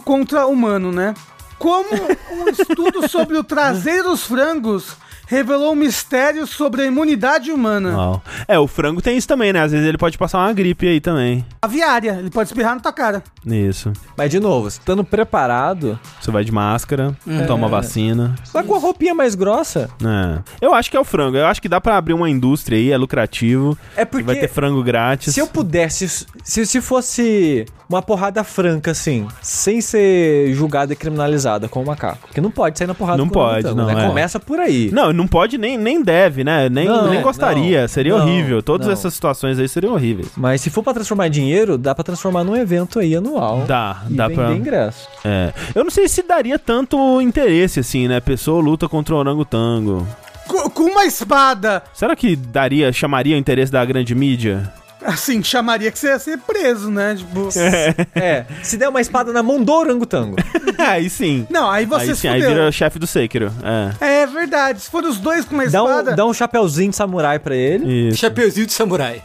[SPEAKER 3] contra humano, né? Como um estudo sobre o traseiro dos frangos revelou um mistério sobre a imunidade humana.
[SPEAKER 1] Uau. É, o frango tem isso também, né? Às vezes ele pode passar uma gripe aí também.
[SPEAKER 3] Aviária, ele pode espirrar na tua cara.
[SPEAKER 1] Isso.
[SPEAKER 4] Mas, de novo, estando preparado,
[SPEAKER 1] Você vai de máscara,
[SPEAKER 3] É.
[SPEAKER 1] toma vacina.
[SPEAKER 4] vai com a roupinha mais grossa.
[SPEAKER 1] É. Eu acho que é o frango. Eu acho que dá pra abrir uma indústria aí, é lucrativo.
[SPEAKER 4] É
[SPEAKER 1] E vai ter
[SPEAKER 4] porque
[SPEAKER 1] frango grátis.
[SPEAKER 4] se eu pudesse, se, se fosse uma porrada franca, assim, sem ser julgada e criminalizada com o macaco. Porque não pode sair na porrada
[SPEAKER 1] Não
[SPEAKER 4] com o
[SPEAKER 1] pode,
[SPEAKER 4] orangotango,
[SPEAKER 1] não,
[SPEAKER 4] né?
[SPEAKER 1] é.
[SPEAKER 4] Começa por aí.
[SPEAKER 1] Não, não pode nem, nem deve, né? Nem,
[SPEAKER 4] Não,
[SPEAKER 1] nem
[SPEAKER 4] é,
[SPEAKER 1] gostaria.
[SPEAKER 4] não,
[SPEAKER 1] seria
[SPEAKER 4] não,
[SPEAKER 1] horrível. Todas
[SPEAKER 4] não.
[SPEAKER 1] essas situações aí seriam horríveis.
[SPEAKER 4] Mas se for pra transformar em dinheiro, dá pra transformar num evento aí anual.
[SPEAKER 1] Dá,
[SPEAKER 4] E
[SPEAKER 1] dá
[SPEAKER 4] vender
[SPEAKER 1] pra.
[SPEAKER 4] ingresso.
[SPEAKER 1] É. Eu não sei se daria tanto interesse, assim, né? Pessoa luta contra o orangotango.
[SPEAKER 3] Com, com uma espada.
[SPEAKER 1] Será que daria, chamaria o interesse da grande mídia?
[SPEAKER 3] Assim, chamaria que você ia ser preso, né? Tipo.
[SPEAKER 4] É, se der uma espada na mão do orangotango.
[SPEAKER 1] aí sim.
[SPEAKER 3] Não, aí você
[SPEAKER 1] aí
[SPEAKER 3] se
[SPEAKER 1] sim, aí
[SPEAKER 3] fudeu.
[SPEAKER 1] vira chefe do Sekiro. É.
[SPEAKER 3] É verdade. Se for os dois com uma
[SPEAKER 4] Dá um,
[SPEAKER 3] espada.
[SPEAKER 4] dá um chapeuzinho de samurai pra ele.
[SPEAKER 1] Isso.
[SPEAKER 2] Chapeuzinho de samurai.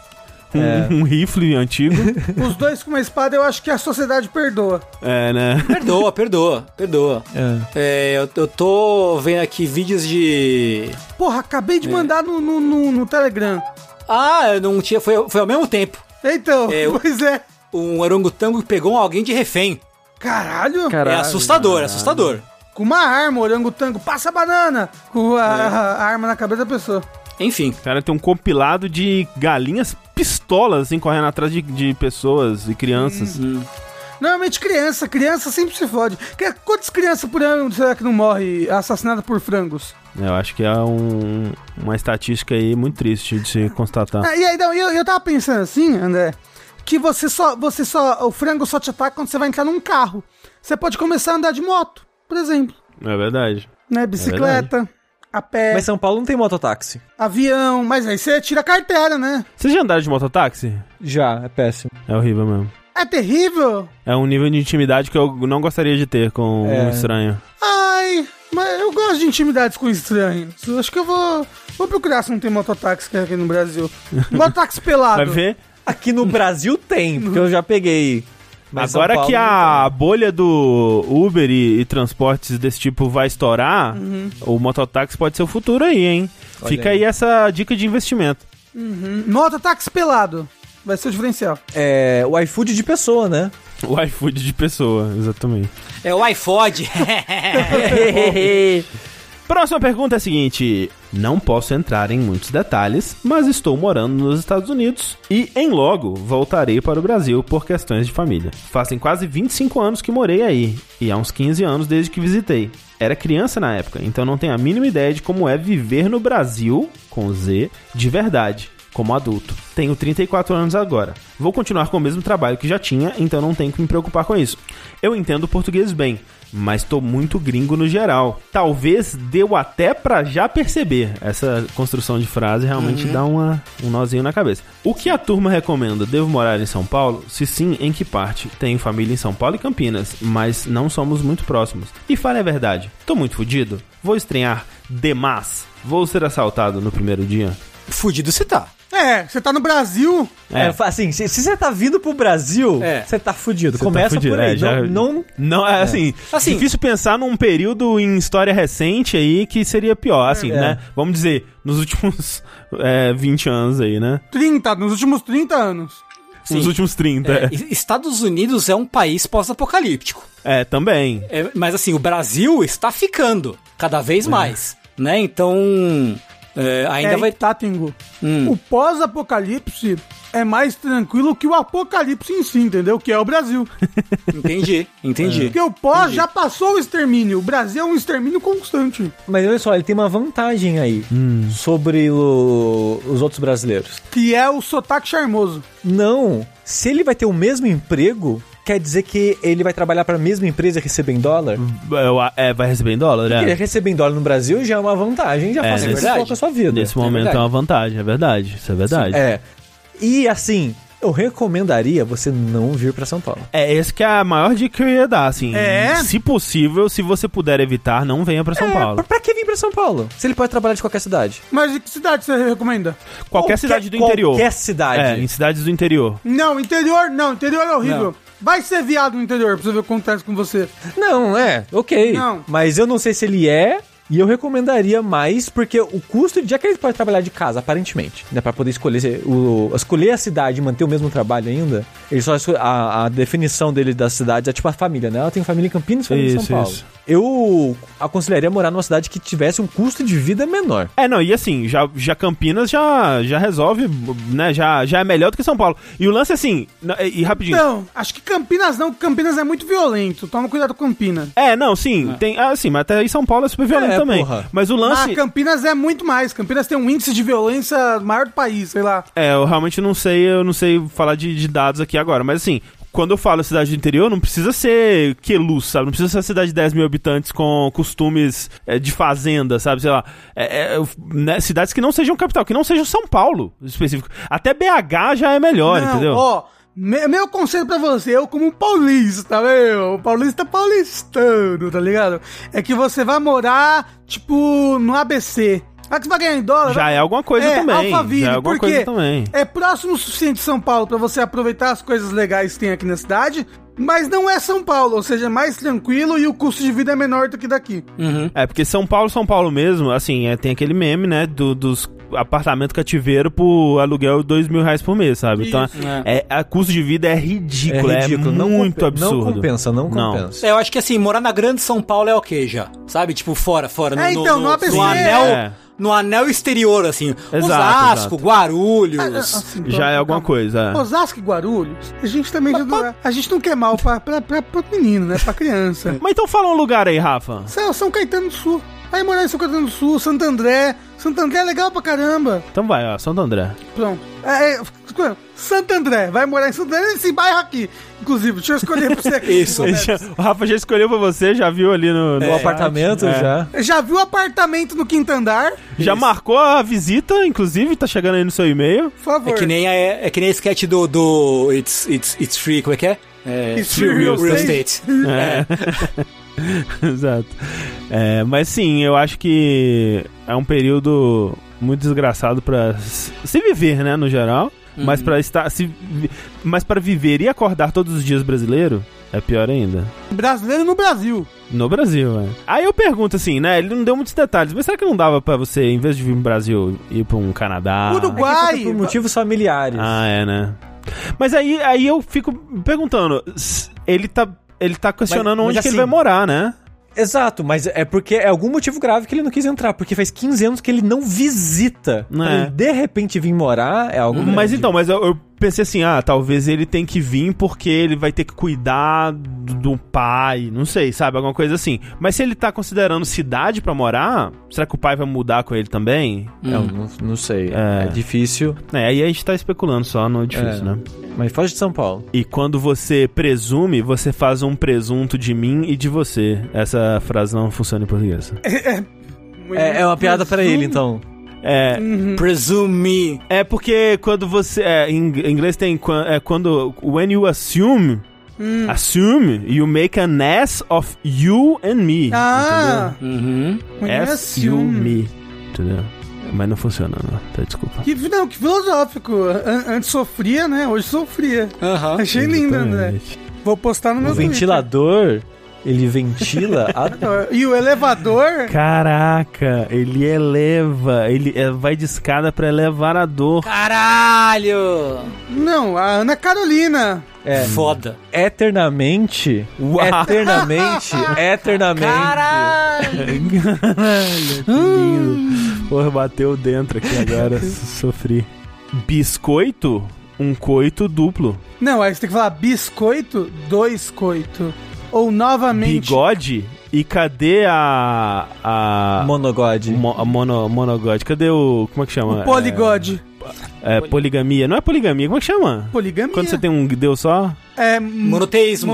[SPEAKER 1] Um,
[SPEAKER 4] É.
[SPEAKER 1] um rifle antigo.
[SPEAKER 3] Os dois com uma espada, eu acho que a sociedade perdoa.
[SPEAKER 1] é, né?
[SPEAKER 2] Perdoa, perdoa, perdoa.
[SPEAKER 4] É.
[SPEAKER 2] É, eu, eu tô vendo aqui vídeos de.
[SPEAKER 3] Porra, acabei de mandar no, no, no- no Telegram.
[SPEAKER 2] Ah, eu não tinha. Foi, foi ao mesmo tempo.
[SPEAKER 3] Então,
[SPEAKER 2] É, eu-
[SPEAKER 3] pois é.
[SPEAKER 2] Um orangotango pegou alguém de refém.
[SPEAKER 3] Caralho,
[SPEAKER 2] é assustador, assustador.
[SPEAKER 3] com uma arma, orangotango, passa a banana com a, a- a arma na cabeça da pessoa.
[SPEAKER 2] Enfim.
[SPEAKER 1] O cara tem um compilado de galinhas pistolas, assim, correndo atrás de, de pessoas e crianças.
[SPEAKER 4] Uhum.
[SPEAKER 3] Normalmente criança, criança sempre se fode. Que- Quantas crianças por ano será que não morre assassinada por frangos?
[SPEAKER 1] Eu acho que é um- uma estatística aí muito triste de se constatar.
[SPEAKER 3] Ah, e aí, não, eu, eu tava pensando assim, André, que você só, você só, o frango só te ataca quando você vai entrar num carro. Você pode começar a andar de moto, por exemplo,
[SPEAKER 1] É verdade.
[SPEAKER 3] né? Bicicleta, a pé,
[SPEAKER 4] Mas São Paulo não tem mototáxi.
[SPEAKER 3] avião, mas aí você tira a carteira, né?
[SPEAKER 1] Vocês já andaram de mototáxi?
[SPEAKER 4] Já, é péssimo.
[SPEAKER 1] É horrível mesmo.
[SPEAKER 3] É terrível.
[SPEAKER 1] É um nível de intimidade que eu não gostaria de ter com um
[SPEAKER 4] É.
[SPEAKER 1] estranho.
[SPEAKER 3] Ai, mas eu gosto de intimidades com estranhos. Eu Acho que eu vou, vou procurar se não tem mototáxi é aqui no Brasil. Mototáxi pelado.
[SPEAKER 4] Ah,
[SPEAKER 1] Vai ver?
[SPEAKER 4] Aqui no Brasil tem, porque eu já peguei. Mas São
[SPEAKER 1] Agora
[SPEAKER 4] Paulo
[SPEAKER 1] que
[SPEAKER 4] não
[SPEAKER 1] a bolha do Uber e, e transportes desse tipo vai estourar, o mototáxi pode ser o futuro aí, hein?
[SPEAKER 4] Uhum. Olha
[SPEAKER 1] Fica aí.
[SPEAKER 4] aí.
[SPEAKER 1] essa dica de investimento.
[SPEAKER 3] Uhum. Mototáxi pelado. Vai ser o diferencial.
[SPEAKER 4] tem. É, o iFood de pessoa, né?
[SPEAKER 1] O iFood de pessoa, exatamente.
[SPEAKER 2] É o iFod.
[SPEAKER 1] Próxima pergunta é a seguinte: Não posso entrar em muitos detalhes, mas estou morando nos Estados Unidos e em logo voltarei para o Brasil por questões de família. Fazem quase 25 anos que morei aí e há uns 15 anos desde que visitei. Era criança na época, então não tenho a mínima ideia de como é viver no Brasil com Z de verdade. Como adulto. Tenho 34 anos agora. Vou continuar com o mesmo trabalho que já tinha, então não tenho que me preocupar com isso. Eu entendo português bem, mas tô muito gringo no geral. Talvez deu até pra já perceber. Essa construção de frase realmente dá uma, um nozinho na cabeça. O que a turma recomenda? Devo morar em São Paulo? Se sim, em que parte? Tenho família em São Paulo e Campinas, mas não somos muito próximos. E fale a verdade, tô muito fudido? Vou estranhar demais? Vou ser assaltado no primeiro dia?
[SPEAKER 2] Fudido você tá.
[SPEAKER 3] É, você tá no Brasil,
[SPEAKER 1] É.
[SPEAKER 4] É. assim, se, se você tá vindo pro Brasil,
[SPEAKER 2] É.
[SPEAKER 4] você tá fudido.
[SPEAKER 1] Você
[SPEAKER 4] Começa
[SPEAKER 1] tá fudido,
[SPEAKER 4] por aí.
[SPEAKER 1] é, já-
[SPEAKER 4] Não, não-
[SPEAKER 1] Não, é, assim,
[SPEAKER 2] Assim-
[SPEAKER 1] difícil pensar num período em história recente aí que seria
[SPEAKER 4] É.
[SPEAKER 1] pior, assim, né? Vamos dizer, nos últimos é, 20 anos aí, né?
[SPEAKER 3] 30, nos últimos 30 anos.
[SPEAKER 1] Nos últimos 30. É,
[SPEAKER 2] E- Estados Unidos é um país pós-apocalíptico.
[SPEAKER 1] também.
[SPEAKER 2] É, mas assim, o Brasil está ficando cada vez
[SPEAKER 1] É.
[SPEAKER 2] mais, né? Então é, ainda
[SPEAKER 3] é,
[SPEAKER 2] vai.
[SPEAKER 3] tá, Tingo.
[SPEAKER 2] Hum.
[SPEAKER 3] O pós-apocalipse é mais tranquilo que o apocalipse em si, entendeu? Que é o Brasil.
[SPEAKER 2] Entendi, entendi.
[SPEAKER 3] Porque o pós já passou o extermínio. O Brasil é um extermínio constante.
[SPEAKER 4] Mas olha só, ele tem uma vantagem aí sobre o- os outros brasileiros.
[SPEAKER 3] Que é o sotaque charmoso.
[SPEAKER 4] Não, se ele vai ter o mesmo emprego, quer dizer que ele vai trabalhar pra mesma empresa e receber em dólar?
[SPEAKER 1] Eu a- É, vai receber em dólar,
[SPEAKER 4] Ele
[SPEAKER 1] né?
[SPEAKER 4] receber em dólar no Brasil já é uma vantagem, já
[SPEAKER 1] É,
[SPEAKER 4] faz
[SPEAKER 1] nesse-
[SPEAKER 4] parte da sua vida.
[SPEAKER 1] Nesse
[SPEAKER 4] É
[SPEAKER 1] momento é,
[SPEAKER 4] verdade.
[SPEAKER 1] uma vantagem, é verdade. Isso é verdade. É.
[SPEAKER 4] É. E assim, eu recomendaria você não vir pra São Paulo.
[SPEAKER 1] esse que é a maior dica que eu ia dar, assim.
[SPEAKER 3] É?
[SPEAKER 1] Se possível, se você puder evitar, não venha pra São
[SPEAKER 4] É,
[SPEAKER 1] Paulo.
[SPEAKER 4] pra- Pra que vir pra São Paulo? Se ele pode trabalhar de qualquer cidade.
[SPEAKER 3] Mas de que cidade você recomenda?
[SPEAKER 1] Qualquer, cidade do interior.
[SPEAKER 4] Qualquer
[SPEAKER 1] É,
[SPEAKER 4] cidade.
[SPEAKER 1] em cidades do interior.
[SPEAKER 3] Não, interior não, interior é horrível. Vai ser viado no interior pra você ver o que acontece com você.
[SPEAKER 4] Não, é, ok.
[SPEAKER 3] Não.
[SPEAKER 4] Mas eu não sei se ele é E eu recomendaria mais, porque o custo, já que ele pode trabalhar de casa, aparentemente, né? Pra poder escolher, se- o, escolher a cidade e manter o mesmo trabalho ainda, ele só esco- a, a definição dele das cidades é tipo a família, né? Ela tem família em Campinas e família em
[SPEAKER 1] Isso,
[SPEAKER 4] São Paulo.
[SPEAKER 1] isso.
[SPEAKER 4] Eu aconselharia morar numa cidade que tivesse um custo de vida menor.
[SPEAKER 1] É, não, e assim, já, já Campinas já, já resolve, né? Já, já é melhor do que São Paulo. E o lance é assim, na- e, e rapidinho.
[SPEAKER 3] Não, acho que Campinas não, Campinas é muito violento. Toma cuidado com Campinas.
[SPEAKER 1] É, não, sim, tem. Ah, sim, mas até aí São Paulo é super violento
[SPEAKER 4] É,
[SPEAKER 1] também.
[SPEAKER 4] porra.
[SPEAKER 1] Mas o lance.
[SPEAKER 3] Ah, Campinas é muito mais. Campinas tem um índice de violência maior do país, sei lá.
[SPEAKER 1] É, eu realmente não sei, eu não sei falar de, de dados aqui agora, mas assim, quando eu falo cidade do interior, não precisa ser que luz, sabe? Não precisa ser uma cidade de 10 mil habitantes com costumes é, de fazenda, sabe? Sei lá. É, é, né? Cidades que não sejam capital, que não sejam São Paulo em específico. Até BH já é melhor,
[SPEAKER 3] Não,
[SPEAKER 1] entendeu?
[SPEAKER 3] Ó, me- meu conselho pra você, eu como um paulista, meu, um paulista paulistano, tá ligado? É que você vai morar, tipo, no ABC. Ah, que você vai ganhar em dólar?
[SPEAKER 1] já
[SPEAKER 3] vai-
[SPEAKER 1] é alguma coisa
[SPEAKER 3] é,
[SPEAKER 1] também.
[SPEAKER 3] Alphaville,
[SPEAKER 1] já é alguma
[SPEAKER 3] por
[SPEAKER 1] coisa
[SPEAKER 3] quê?
[SPEAKER 1] também.
[SPEAKER 3] É próximo o suficiente de São Paulo pra você aproveitar as coisas legais que tem aqui na cidade, mas não é São Paulo, ou seja, é mais tranquilo e o custo de vida é menor do que daqui.
[SPEAKER 2] Uhum.
[SPEAKER 1] É, porque São Paulo, São Paulo mesmo, assim, é, tem aquele meme, né, do- dos apartamento cativeiro por aluguel dois mil reais por mês, sabe? Então, é, a custo de vida é ridículo, é, muito
[SPEAKER 4] compen-
[SPEAKER 1] absurdo.
[SPEAKER 4] Não compensa, não
[SPEAKER 1] Não.
[SPEAKER 4] compensa.
[SPEAKER 2] É, eu acho que assim, morar na Grande São Paulo é ok já. Sabe? Tipo, fora, fora.
[SPEAKER 3] É, então, no ABC,
[SPEAKER 2] anel,
[SPEAKER 1] é.
[SPEAKER 2] no anel exterior, assim.
[SPEAKER 1] Exato, exato.
[SPEAKER 2] Osasco, Guarulhos.
[SPEAKER 3] Assim, então,
[SPEAKER 1] Já é alguma
[SPEAKER 3] calma.
[SPEAKER 1] coisa. é.
[SPEAKER 3] Osasco e Guarulhos, a gente também já não, é- a gente não quer mal pra, pra, pra, pra menino, né? Pra criança.
[SPEAKER 1] Mas então fala um lugar aí, Rafa.
[SPEAKER 3] São, São Caetano do Sul. Vai morar em São Caetano do Sul, Santo André. Santo André é legal pra caramba.
[SPEAKER 1] Então vai, ó, Santo André.
[SPEAKER 3] Pronto. É, é, escolha, Santo André, vai morar em Santo André, nesse bairro aqui. Inclusive, deixa eu escolher pra você aqui.
[SPEAKER 2] Isso.
[SPEAKER 1] Ele já- o Rafa já escolheu pra você, já viu ali no, no
[SPEAKER 4] O
[SPEAKER 1] site.
[SPEAKER 4] apartamento
[SPEAKER 1] É.
[SPEAKER 4] já.
[SPEAKER 3] Já viu apartamento no quinto andar?
[SPEAKER 1] Já marcou a visita, inclusive, tá chegando aí no seu e-mail.
[SPEAKER 3] Por favor.
[SPEAKER 2] É que nem a, é que nem a sketch do, do It's, It's, It's Free, como é que é? É,
[SPEAKER 3] It's Free Real
[SPEAKER 1] É. Exato. É, mas sim, eu acho que é um período muito desgraçado pra s- se viver, né, no geral.
[SPEAKER 4] Uhum.
[SPEAKER 1] Mas pra estar, se, vi- mas para viver e acordar todos os dias brasileiro é pior ainda.
[SPEAKER 3] Brasileiro no Brasil.
[SPEAKER 1] No Brasil, é. Aí eu pergunto assim, né? Ele não deu muitos detalhes, mas será que não dava pra você, em vez de vir pro Brasil, ir pra um Canadá?
[SPEAKER 3] Uruguai.
[SPEAKER 4] Vai,
[SPEAKER 3] Vai,
[SPEAKER 4] por motivos familiares.
[SPEAKER 1] Ah, é, né? Mas aí, aí eu fico me perguntando, s- ele tá, ele tá questionando
[SPEAKER 4] mas
[SPEAKER 1] onde que
[SPEAKER 4] assim-
[SPEAKER 1] ele vai morar, né?
[SPEAKER 4] Exato, mas é porque é algum motivo grave que ele não quis entrar, porque faz 15 anos que ele não visita.
[SPEAKER 1] Não
[SPEAKER 4] Pra
[SPEAKER 1] é.
[SPEAKER 4] ele de repente vir morar é algo.
[SPEAKER 1] Mas
[SPEAKER 4] grande.
[SPEAKER 1] então, mas eu, eu pensei assim, ah, talvez ele tem que vir porque ele vai ter que cuidar do, do pai, não sei, sabe, alguma coisa assim. Mas se ele tá considerando cidade pra morar, será que o pai vai mudar com ele também?
[SPEAKER 4] Eu não, não sei, é.
[SPEAKER 1] É.
[SPEAKER 4] difícil,
[SPEAKER 1] É, aí a gente tá especulando só, não é difícil,
[SPEAKER 4] É.
[SPEAKER 1] né?
[SPEAKER 4] mas foge de São Paulo.
[SPEAKER 1] E quando você presume, você faz um presunto de mim e de você. Essa frase não funciona em português.
[SPEAKER 3] Tá,
[SPEAKER 4] É, é uma piada pra ele, então.
[SPEAKER 1] É,
[SPEAKER 2] Hum. Presume me.
[SPEAKER 1] é porque quando você. É, em ing- em inglês tem quan- é, quando. When you assume.
[SPEAKER 3] Hum.
[SPEAKER 1] Assume, you make an ass of you and me.
[SPEAKER 3] Ah,
[SPEAKER 2] Uhum.
[SPEAKER 1] entendeu? É Ass
[SPEAKER 3] conhece
[SPEAKER 1] you
[SPEAKER 3] um.
[SPEAKER 1] me. Entendeu? Mas não funciona, não. Tá, desculpa.
[SPEAKER 3] Que, não, que filosófico. An- antes sofria, né? Hoje sofria.
[SPEAKER 2] Aham.
[SPEAKER 3] Achei lindo, né? André.
[SPEAKER 1] Exatamente.
[SPEAKER 3] Vou postar no meu
[SPEAKER 4] O ventilador, ele ventila a.
[SPEAKER 3] Twitter. E o elevador...
[SPEAKER 1] Caraca, ele eleva. Ele é, vai de escada pra elevar a dor.
[SPEAKER 2] Caralho!
[SPEAKER 3] Não, a Ana Carolina.
[SPEAKER 4] É,
[SPEAKER 2] Foda.
[SPEAKER 4] eternamente.
[SPEAKER 1] Uau.
[SPEAKER 3] é.
[SPEAKER 4] Eternamente. Eternamente.
[SPEAKER 2] Caralho!
[SPEAKER 1] Porra, bateu dentro aqui agora, sofri. Biscoito, um coito duplo.
[SPEAKER 3] Não, aí você tem que falar biscoito, dois coito. Ou novamente.
[SPEAKER 1] Bigode, e cadê a. a.
[SPEAKER 4] Monogode.
[SPEAKER 1] mo- a mono, monogode? Cadê o. Como é que chama?
[SPEAKER 3] o poligode.
[SPEAKER 1] É, é, poligamia. Não é poligamia, como é que chama?
[SPEAKER 3] Poligamia.
[SPEAKER 1] Quando você tem um deus só?
[SPEAKER 3] É monoteísmo.
[SPEAKER 2] Monoteísmo.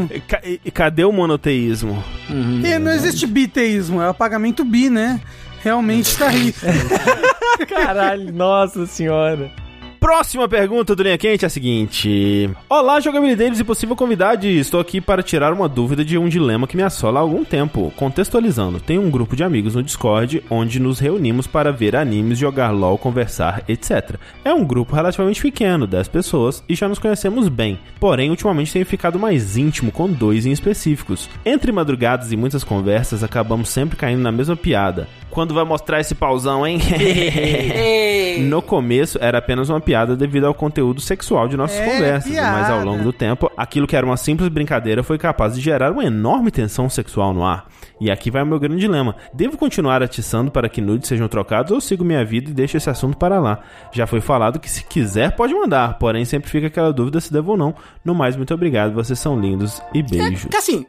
[SPEAKER 3] monoteísmo.
[SPEAKER 1] E ca- e cadê o monoteísmo? Hum.
[SPEAKER 2] Uhum.
[SPEAKER 3] E não existe biteísmo, é o pagamento bi, né? Realmente tá rico.
[SPEAKER 4] Caralho, nossa senhora.
[SPEAKER 1] Próxima pergunta do Linha Quente é a seguinte: Olá, jogabilidades e possível convidado. Estou aqui para tirar uma dúvida de um dilema que me assola há algum tempo. Contextualizando, tem um grupo de amigos no Discord onde nos reunimos para ver animes, jogar LOL, conversar, etc. É um grupo relativamente pequeno, 10 pessoas, e já nos conhecemos bem. Porém, ultimamente tenho ficado mais íntimo com dois em específicos. Entre madrugadas e muitas conversas, acabamos sempre caindo na mesma piada. Quando vai mostrar esse pauzão, hein? No começo era apenas uma piada devido ao conteúdo sexual de nossas
[SPEAKER 3] É,
[SPEAKER 1] conversas, né?
[SPEAKER 3] piada.
[SPEAKER 1] mas ao longo do tempo, aquilo que era uma simples brincadeira foi capaz de gerar uma enorme tensão sexual no ar. E aqui vai o meu grande dilema. Devo continuar atiçando para que nudes sejam trocados ou sigo minha vida e deixo esse assunto para lá? Já foi falado que se quiser pode mandar, porém sempre fica aquela dúvida se devo ou não. No mais, muito obrigado, vocês são lindos e beijos.
[SPEAKER 2] Porque assim,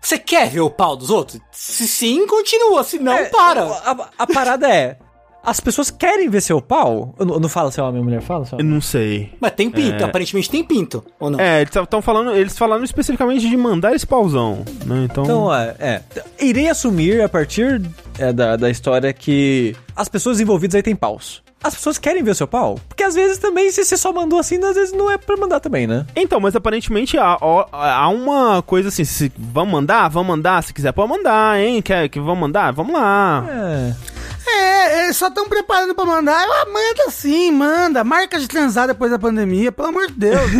[SPEAKER 2] você quer ver o pau dos outros? Se sim, continua. Se não, para.
[SPEAKER 4] A, a parada é. As pessoas querem ver seu pau? Eu não, eu não falo se é homem ou mulher, fala se é
[SPEAKER 1] Eu
[SPEAKER 4] homem.
[SPEAKER 1] não sei.
[SPEAKER 2] Mas tem pinto, aparentemente tem pinto, ou não?
[SPEAKER 1] É, eles estão falando, eles falaram especificamente de mandar esse pauzão, né? Então,
[SPEAKER 4] Então, é, é. Irei assumir a partir é, da, da história que as pessoas envolvidas aí têm paus. As pessoas querem ver seu pau? Porque às vezes também, se você só mandou assim, às vezes não é pra mandar também, né?
[SPEAKER 1] Então, mas aparentemente há, ó- há uma coisa assim, se vão mandar, vão mandar, se quiser pode mandar, hein? Quer que vão mandar? Vamos lá.
[SPEAKER 4] É.
[SPEAKER 3] É, eles só estão preparando pra mandar. Ah, manda sim, manda. Marca de transar depois da pandemia, pelo amor de Deus.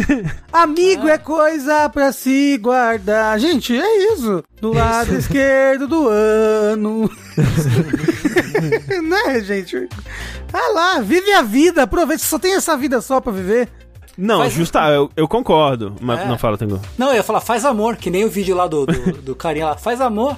[SPEAKER 1] Ah.
[SPEAKER 3] Amigo é coisa pra se guardar. Gente, é isso. Do lado esquerdo do ano. né, gente? Ah lá, vive a vida, aproveita. Você só tem essa vida só pra viver.
[SPEAKER 1] Não,
[SPEAKER 2] Faz-
[SPEAKER 1] justa, eu, eu concordo, mas
[SPEAKER 2] É.
[SPEAKER 1] não fala Tengu.
[SPEAKER 2] Não, eu ia falar, faz amor, que nem o vídeo lá do, do, do carinha lá. Faz amor.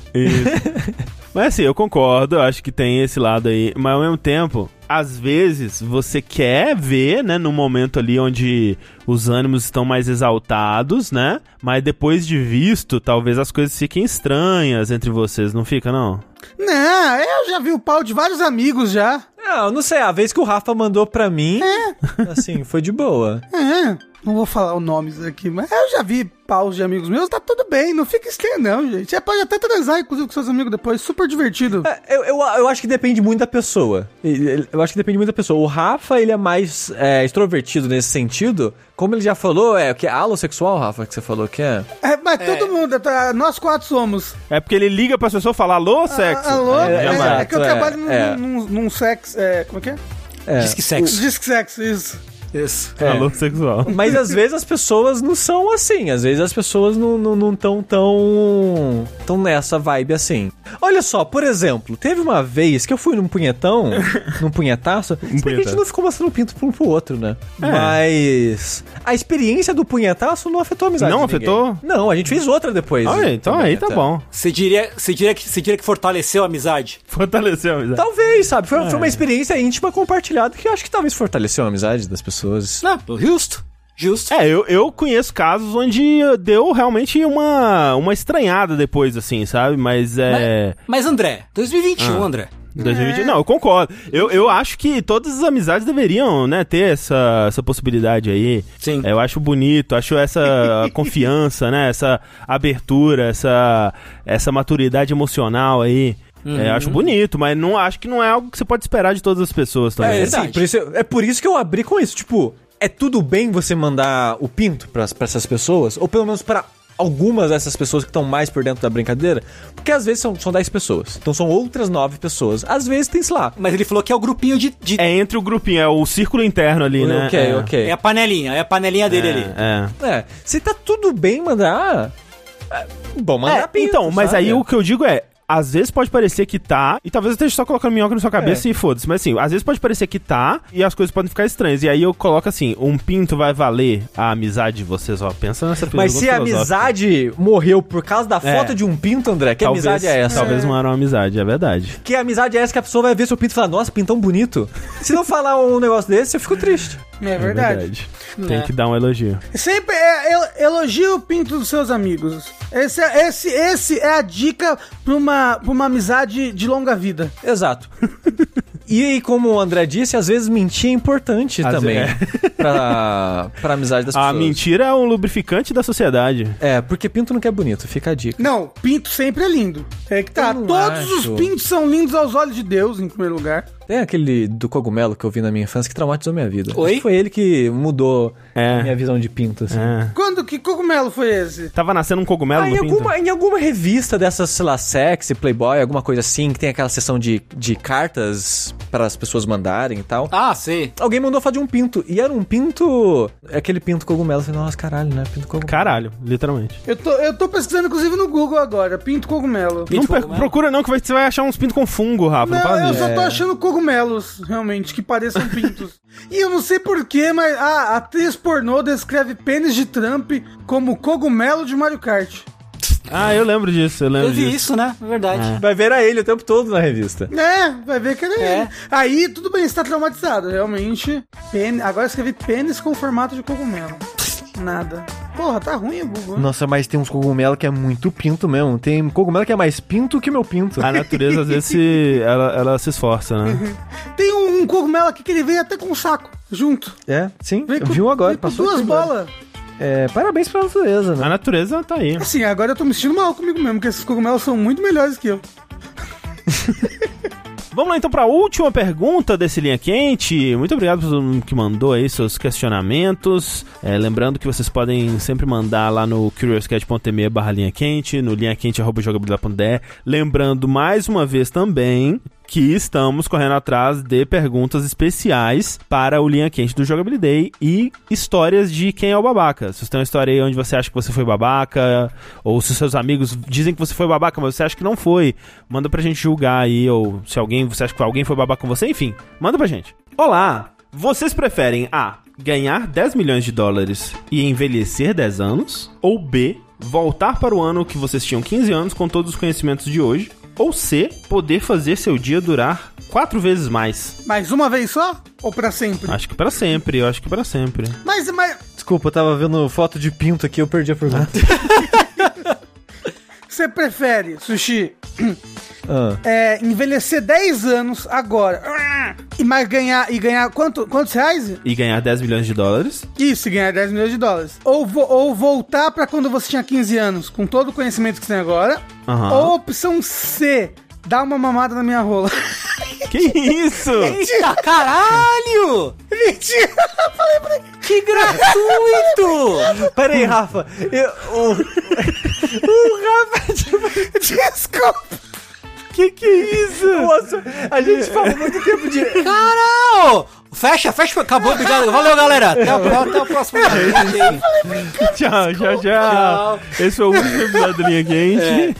[SPEAKER 1] Mas assim, eu concordo, eu acho que tem esse lado aí, mas ao mesmo tempo, às vezes você quer ver, né, num momento ali onde os ânimos estão mais exaltados, né? Mas depois de visto, talvez as coisas fiquem estranhas entre vocês, não fica não?
[SPEAKER 3] Não, eu já vi o pau de vários amigos já.
[SPEAKER 4] É, Não, não sei, a vez que o Rafa mandou pra mim, assim, foi de boa.
[SPEAKER 3] É, não vou falar os nomes aqui, mas eu já vi paus de amigos meus, tá tudo bem, não fica estranho não, gente. Você pode até transar, inclusive, com seus amigos depois, super divertido.
[SPEAKER 4] É, Eu, eu, eu acho que depende muito da pessoa. Ele- ele- Eu acho que depende muito da pessoa. O Rafa, ele é mais é, extrovertido nesse sentido. Como ele já falou, é o que? Alossexual, Rafa, que você falou que é?
[SPEAKER 3] É, mas todo mundo, tá, nós quatro somos.
[SPEAKER 1] É porque ele liga pra pessoa e fala, alô, sexo?
[SPEAKER 3] Ah, Alô?
[SPEAKER 4] É,
[SPEAKER 3] É,
[SPEAKER 4] exato,
[SPEAKER 3] é que eu
[SPEAKER 4] é,
[SPEAKER 3] trabalho num,
[SPEAKER 4] é.
[SPEAKER 3] num- num sexo, é, como é que é?
[SPEAKER 4] É.
[SPEAKER 2] Diz que sexo.
[SPEAKER 3] Diz que sexo, isso.
[SPEAKER 2] Isso.
[SPEAKER 4] É.
[SPEAKER 1] Alô, sexual.
[SPEAKER 4] Mas às vezes as pessoas não são assim. Às vezes as pessoas não estão não, tão, tão, tão nessa vibe assim. Olha só, por exemplo, teve uma vez que eu fui num punhetão, num punhetaço, se bem que a gente
[SPEAKER 1] Um punhetaço. É.
[SPEAKER 4] não ficou mostrando pinto pra um pro outro, né? Mas a experiência do punhetaço não afetou a amizade.
[SPEAKER 1] Não
[SPEAKER 4] de ninguém.
[SPEAKER 1] afetou?
[SPEAKER 4] Não, a gente fez outra depois.
[SPEAKER 1] Ah, então
[SPEAKER 4] também,
[SPEAKER 1] aí tá
[SPEAKER 4] até.
[SPEAKER 1] bom.
[SPEAKER 2] Você diria, você, diria que, você diria que fortaleceu a amizade?
[SPEAKER 1] Fortaleceu a amizade.
[SPEAKER 4] Talvez, sabe? Foi,
[SPEAKER 1] É.
[SPEAKER 4] foi uma experiência íntima compartilhada que eu acho que talvez fortaleceu a amizade das pessoas.
[SPEAKER 2] Não, justo. Justo.
[SPEAKER 1] É, eu, eu conheço casos onde deu realmente uma, uma estranhada depois, assim, sabe? Mas é. Ah.
[SPEAKER 2] Mas André, 2021, André.
[SPEAKER 1] 2020. um,
[SPEAKER 4] É.
[SPEAKER 1] Não, eu concordo. Eu, eu acho que todas as amizades deveriam, né, ter essa, essa possibilidade aí. É,
[SPEAKER 2] Sim.
[SPEAKER 1] Eu acho bonito, acho essa confiança, né? Essa abertura, essa, essa maturidade emocional aí. É, eu
[SPEAKER 4] Uhum.
[SPEAKER 1] acho bonito, mas não acho que não é algo que você pode esperar de todas as pessoas também.
[SPEAKER 4] É,
[SPEAKER 2] verdade.
[SPEAKER 4] assim, por isso, é por isso que eu abri com isso. Tipo, é tudo bem você mandar o pinto pra, pra essas pessoas? Ou pelo menos pra algumas dessas pessoas que estão mais por dentro da brincadeira? Porque às vezes são, são 10 pessoas. Então são outras 9 pessoas. Às vezes tem, sei lá.
[SPEAKER 2] Mas ele falou que é o grupinho de. de-
[SPEAKER 1] É entre o grupinho, é o círculo interno ali, né?
[SPEAKER 4] ok,
[SPEAKER 1] é.
[SPEAKER 4] ok.
[SPEAKER 2] é a panelinha, é a panelinha dele ali.
[SPEAKER 1] É.
[SPEAKER 4] É, se tá tudo bem mandar. é, Bom, mandar
[SPEAKER 1] É,
[SPEAKER 4] pinto,
[SPEAKER 1] então, mas
[SPEAKER 4] sabe?
[SPEAKER 1] aí o que eu digo é. Às vezes pode parecer que tá, e talvez eu esteja só colocando minhoca
[SPEAKER 4] É.
[SPEAKER 1] na sua cabeça e foda-se, mas assim, às vezes pode parecer que tá e as coisas podem ficar estranhas. E aí eu coloco assim: um pinto vai valer a amizade de vocês, ó. Pensa nessa
[SPEAKER 4] Mas
[SPEAKER 1] pergunta
[SPEAKER 4] se a
[SPEAKER 1] filosófica.
[SPEAKER 4] amizade morreu por causa da
[SPEAKER 1] É.
[SPEAKER 4] foto de um pinto, André, que
[SPEAKER 1] Talvez-
[SPEAKER 4] amizade é essa?
[SPEAKER 1] Talvez não era uma amizade, é verdade.
[SPEAKER 4] Que amizade é essa que a pessoa vai ver seu pinto e falar, nossa, pintão bonito? Se não falar um negócio desse, eu fico triste.
[SPEAKER 3] É
[SPEAKER 1] É
[SPEAKER 3] verdade.
[SPEAKER 4] é.
[SPEAKER 1] Tem que dar um elogio.
[SPEAKER 3] Sempre é, el- elogia o pinto dos seus amigos. Esse, é- esse, esse é a dica pra uma, pra uma amizade de longa vida.
[SPEAKER 4] Exato. E aí, como o André disse, às vezes mentir é importante
[SPEAKER 1] Às
[SPEAKER 4] também
[SPEAKER 1] vezes,
[SPEAKER 4] pra, pra amizade das pessoas.
[SPEAKER 1] A mentira é um lubrificante da sociedade.
[SPEAKER 4] É, porque pinto não quer bonito, fica a dica.
[SPEAKER 3] Não, pinto sempre é lindo. É que tá.
[SPEAKER 4] Eu não
[SPEAKER 3] Todos
[SPEAKER 4] acho.
[SPEAKER 3] os pintos são lindos aos olhos de Deus, em primeiro lugar.
[SPEAKER 4] Tem aquele do cogumelo que eu vi na minha infância que traumatizou minha vida.
[SPEAKER 2] Oi?
[SPEAKER 4] Acho que Foi ele que mudou
[SPEAKER 1] É.
[SPEAKER 4] a minha visão de pinto, assim.
[SPEAKER 1] É.
[SPEAKER 3] Quando? Que cogumelo foi esse?
[SPEAKER 1] Tava nascendo um cogumelo
[SPEAKER 4] Ah, em,
[SPEAKER 1] no pinto.
[SPEAKER 4] alguma, em alguma revista dessas, sei lá, sexy, Playboy, alguma coisa assim, que tem aquela sessão de, de cartas para as pessoas mandarem e tal.
[SPEAKER 2] Ah, sei.
[SPEAKER 4] Alguém mandou fazer um pinto. E era um pinto. é Aquele pinto cogumelo. Eu falei, nossa, caralho, né? Pinto cogumelo.
[SPEAKER 1] Caralho, literalmente.
[SPEAKER 3] Eu tô, eu tô pesquisando, inclusive, no Google agora. Pinto cogumelo.
[SPEAKER 2] Pinto
[SPEAKER 1] não per-
[SPEAKER 2] cogumelo?
[SPEAKER 1] procura não, que vai- você vai achar uns pintos com fungo, Rafa. Não,
[SPEAKER 3] Não,
[SPEAKER 1] fala
[SPEAKER 3] eu
[SPEAKER 1] disso.
[SPEAKER 3] só tô achando cogumelos, realmente, que pareçam pintos. e eu não sei porquê, mas a atriz pornô descreve pênis de Trump como cogumelo de Mario Kart.
[SPEAKER 1] Ah, eu lembro disso, eu lembro
[SPEAKER 2] Eu vi
[SPEAKER 1] disso.
[SPEAKER 2] isso, né? É Verdade.
[SPEAKER 4] Vai ver a ele o tempo todo na revista.
[SPEAKER 3] É, vai ver que era
[SPEAKER 2] É.
[SPEAKER 3] ele. Aí, tudo bem, está traumatizado, realmente. Pênis, agora eu escrevi pênis com formato de cogumelo. Nada. Porra, tá ruim o Google.
[SPEAKER 4] Nossa, mas tem uns cogumelo que é muito pinto mesmo. Tem cogumelo que é mais pinto que meu pinto.
[SPEAKER 1] A natureza, às vezes, se- ela, ela se esforça, né?
[SPEAKER 3] Tem um, um cogumelo aqui que ele veio até com um saco, junto.
[SPEAKER 4] É, sim.
[SPEAKER 3] Veio com,
[SPEAKER 4] Viu agora,
[SPEAKER 3] veio com
[SPEAKER 4] passou.
[SPEAKER 3] duas
[SPEAKER 4] aqui agora.
[SPEAKER 3] bolas.
[SPEAKER 4] É, parabéns pra natureza, né?
[SPEAKER 1] A natureza tá aí.
[SPEAKER 3] Assim, agora eu tô me sentindo mal comigo mesmo, porque esses cogumelos são muito melhores que eu.
[SPEAKER 1] Vamos lá então para a última pergunta desse Linha Quente. Muito obrigado por todo mundo que mandou aí seus questionamentos. É, lembrando que vocês podem sempre mandar lá no curiouscat.me barra linha quente, no linhaquente.jogabilidade.de. Lembrando mais uma vez também que estamos correndo atrás de perguntas especiais para o Linha Quente do Jogabilidade e histórias de quem é o babaca. Se você tem uma história aí onde você acha que você foi babaca, ou se seus amigos dizem que você foi babaca, mas você acha que não foi, manda pra gente julgar aí, ou se alguém, você acha que alguém foi babaca com você, enfim, manda pra gente. Olá! Vocês preferem A. Ganhar 10 milhões de dólares e envelhecer 10 anos? Ou B. Voltar para o ano que vocês tinham 15 anos com todos os conhecimentos de hoje? Ou C. Poder fazer seu dia durar 4 vezes mais?
[SPEAKER 3] Mas uma vez só? Ou pra sempre?
[SPEAKER 4] Ah.
[SPEAKER 1] Acho que pra sempre, eu acho que pra sempre.
[SPEAKER 3] Mas, mas
[SPEAKER 4] Desculpa, eu tava vendo foto de pinto aqui, eu perdi a pergunta.
[SPEAKER 3] você prefere, Sushi,
[SPEAKER 4] Ah.
[SPEAKER 3] é, envelhecer 10 anos agora e mais ganhar, e ganhar quanto, quantos reais?
[SPEAKER 1] E ganhar 10 milhões de dólares?
[SPEAKER 3] Isso, e ganhar 10 milhões de dólares. Ou, vo- ou voltar pra quando você tinha 15 anos, com todo o conhecimento que você tem agora.
[SPEAKER 4] Ah.
[SPEAKER 1] Aham.
[SPEAKER 3] Ou opção C, dar uma mamada na minha rola.
[SPEAKER 1] Que isso?
[SPEAKER 2] Eita, caralho!
[SPEAKER 3] Mentira! eu Falei pra ele.
[SPEAKER 2] Que gratuito!
[SPEAKER 4] Pera aí, Rafa. Ah. Eu, o-
[SPEAKER 3] Desculpa!
[SPEAKER 1] Que que é isso?
[SPEAKER 4] Nossa, a gente fala muito tempo de.
[SPEAKER 2] Caralho! Fecha, fecha, acabou, obrigado. Valeu, galera. Até, a- até o próximo
[SPEAKER 1] É
[SPEAKER 2] vídeo.
[SPEAKER 3] Ah,
[SPEAKER 1] Tchau, tchau, tchau. Esse foi o último episódio do Linha Quente.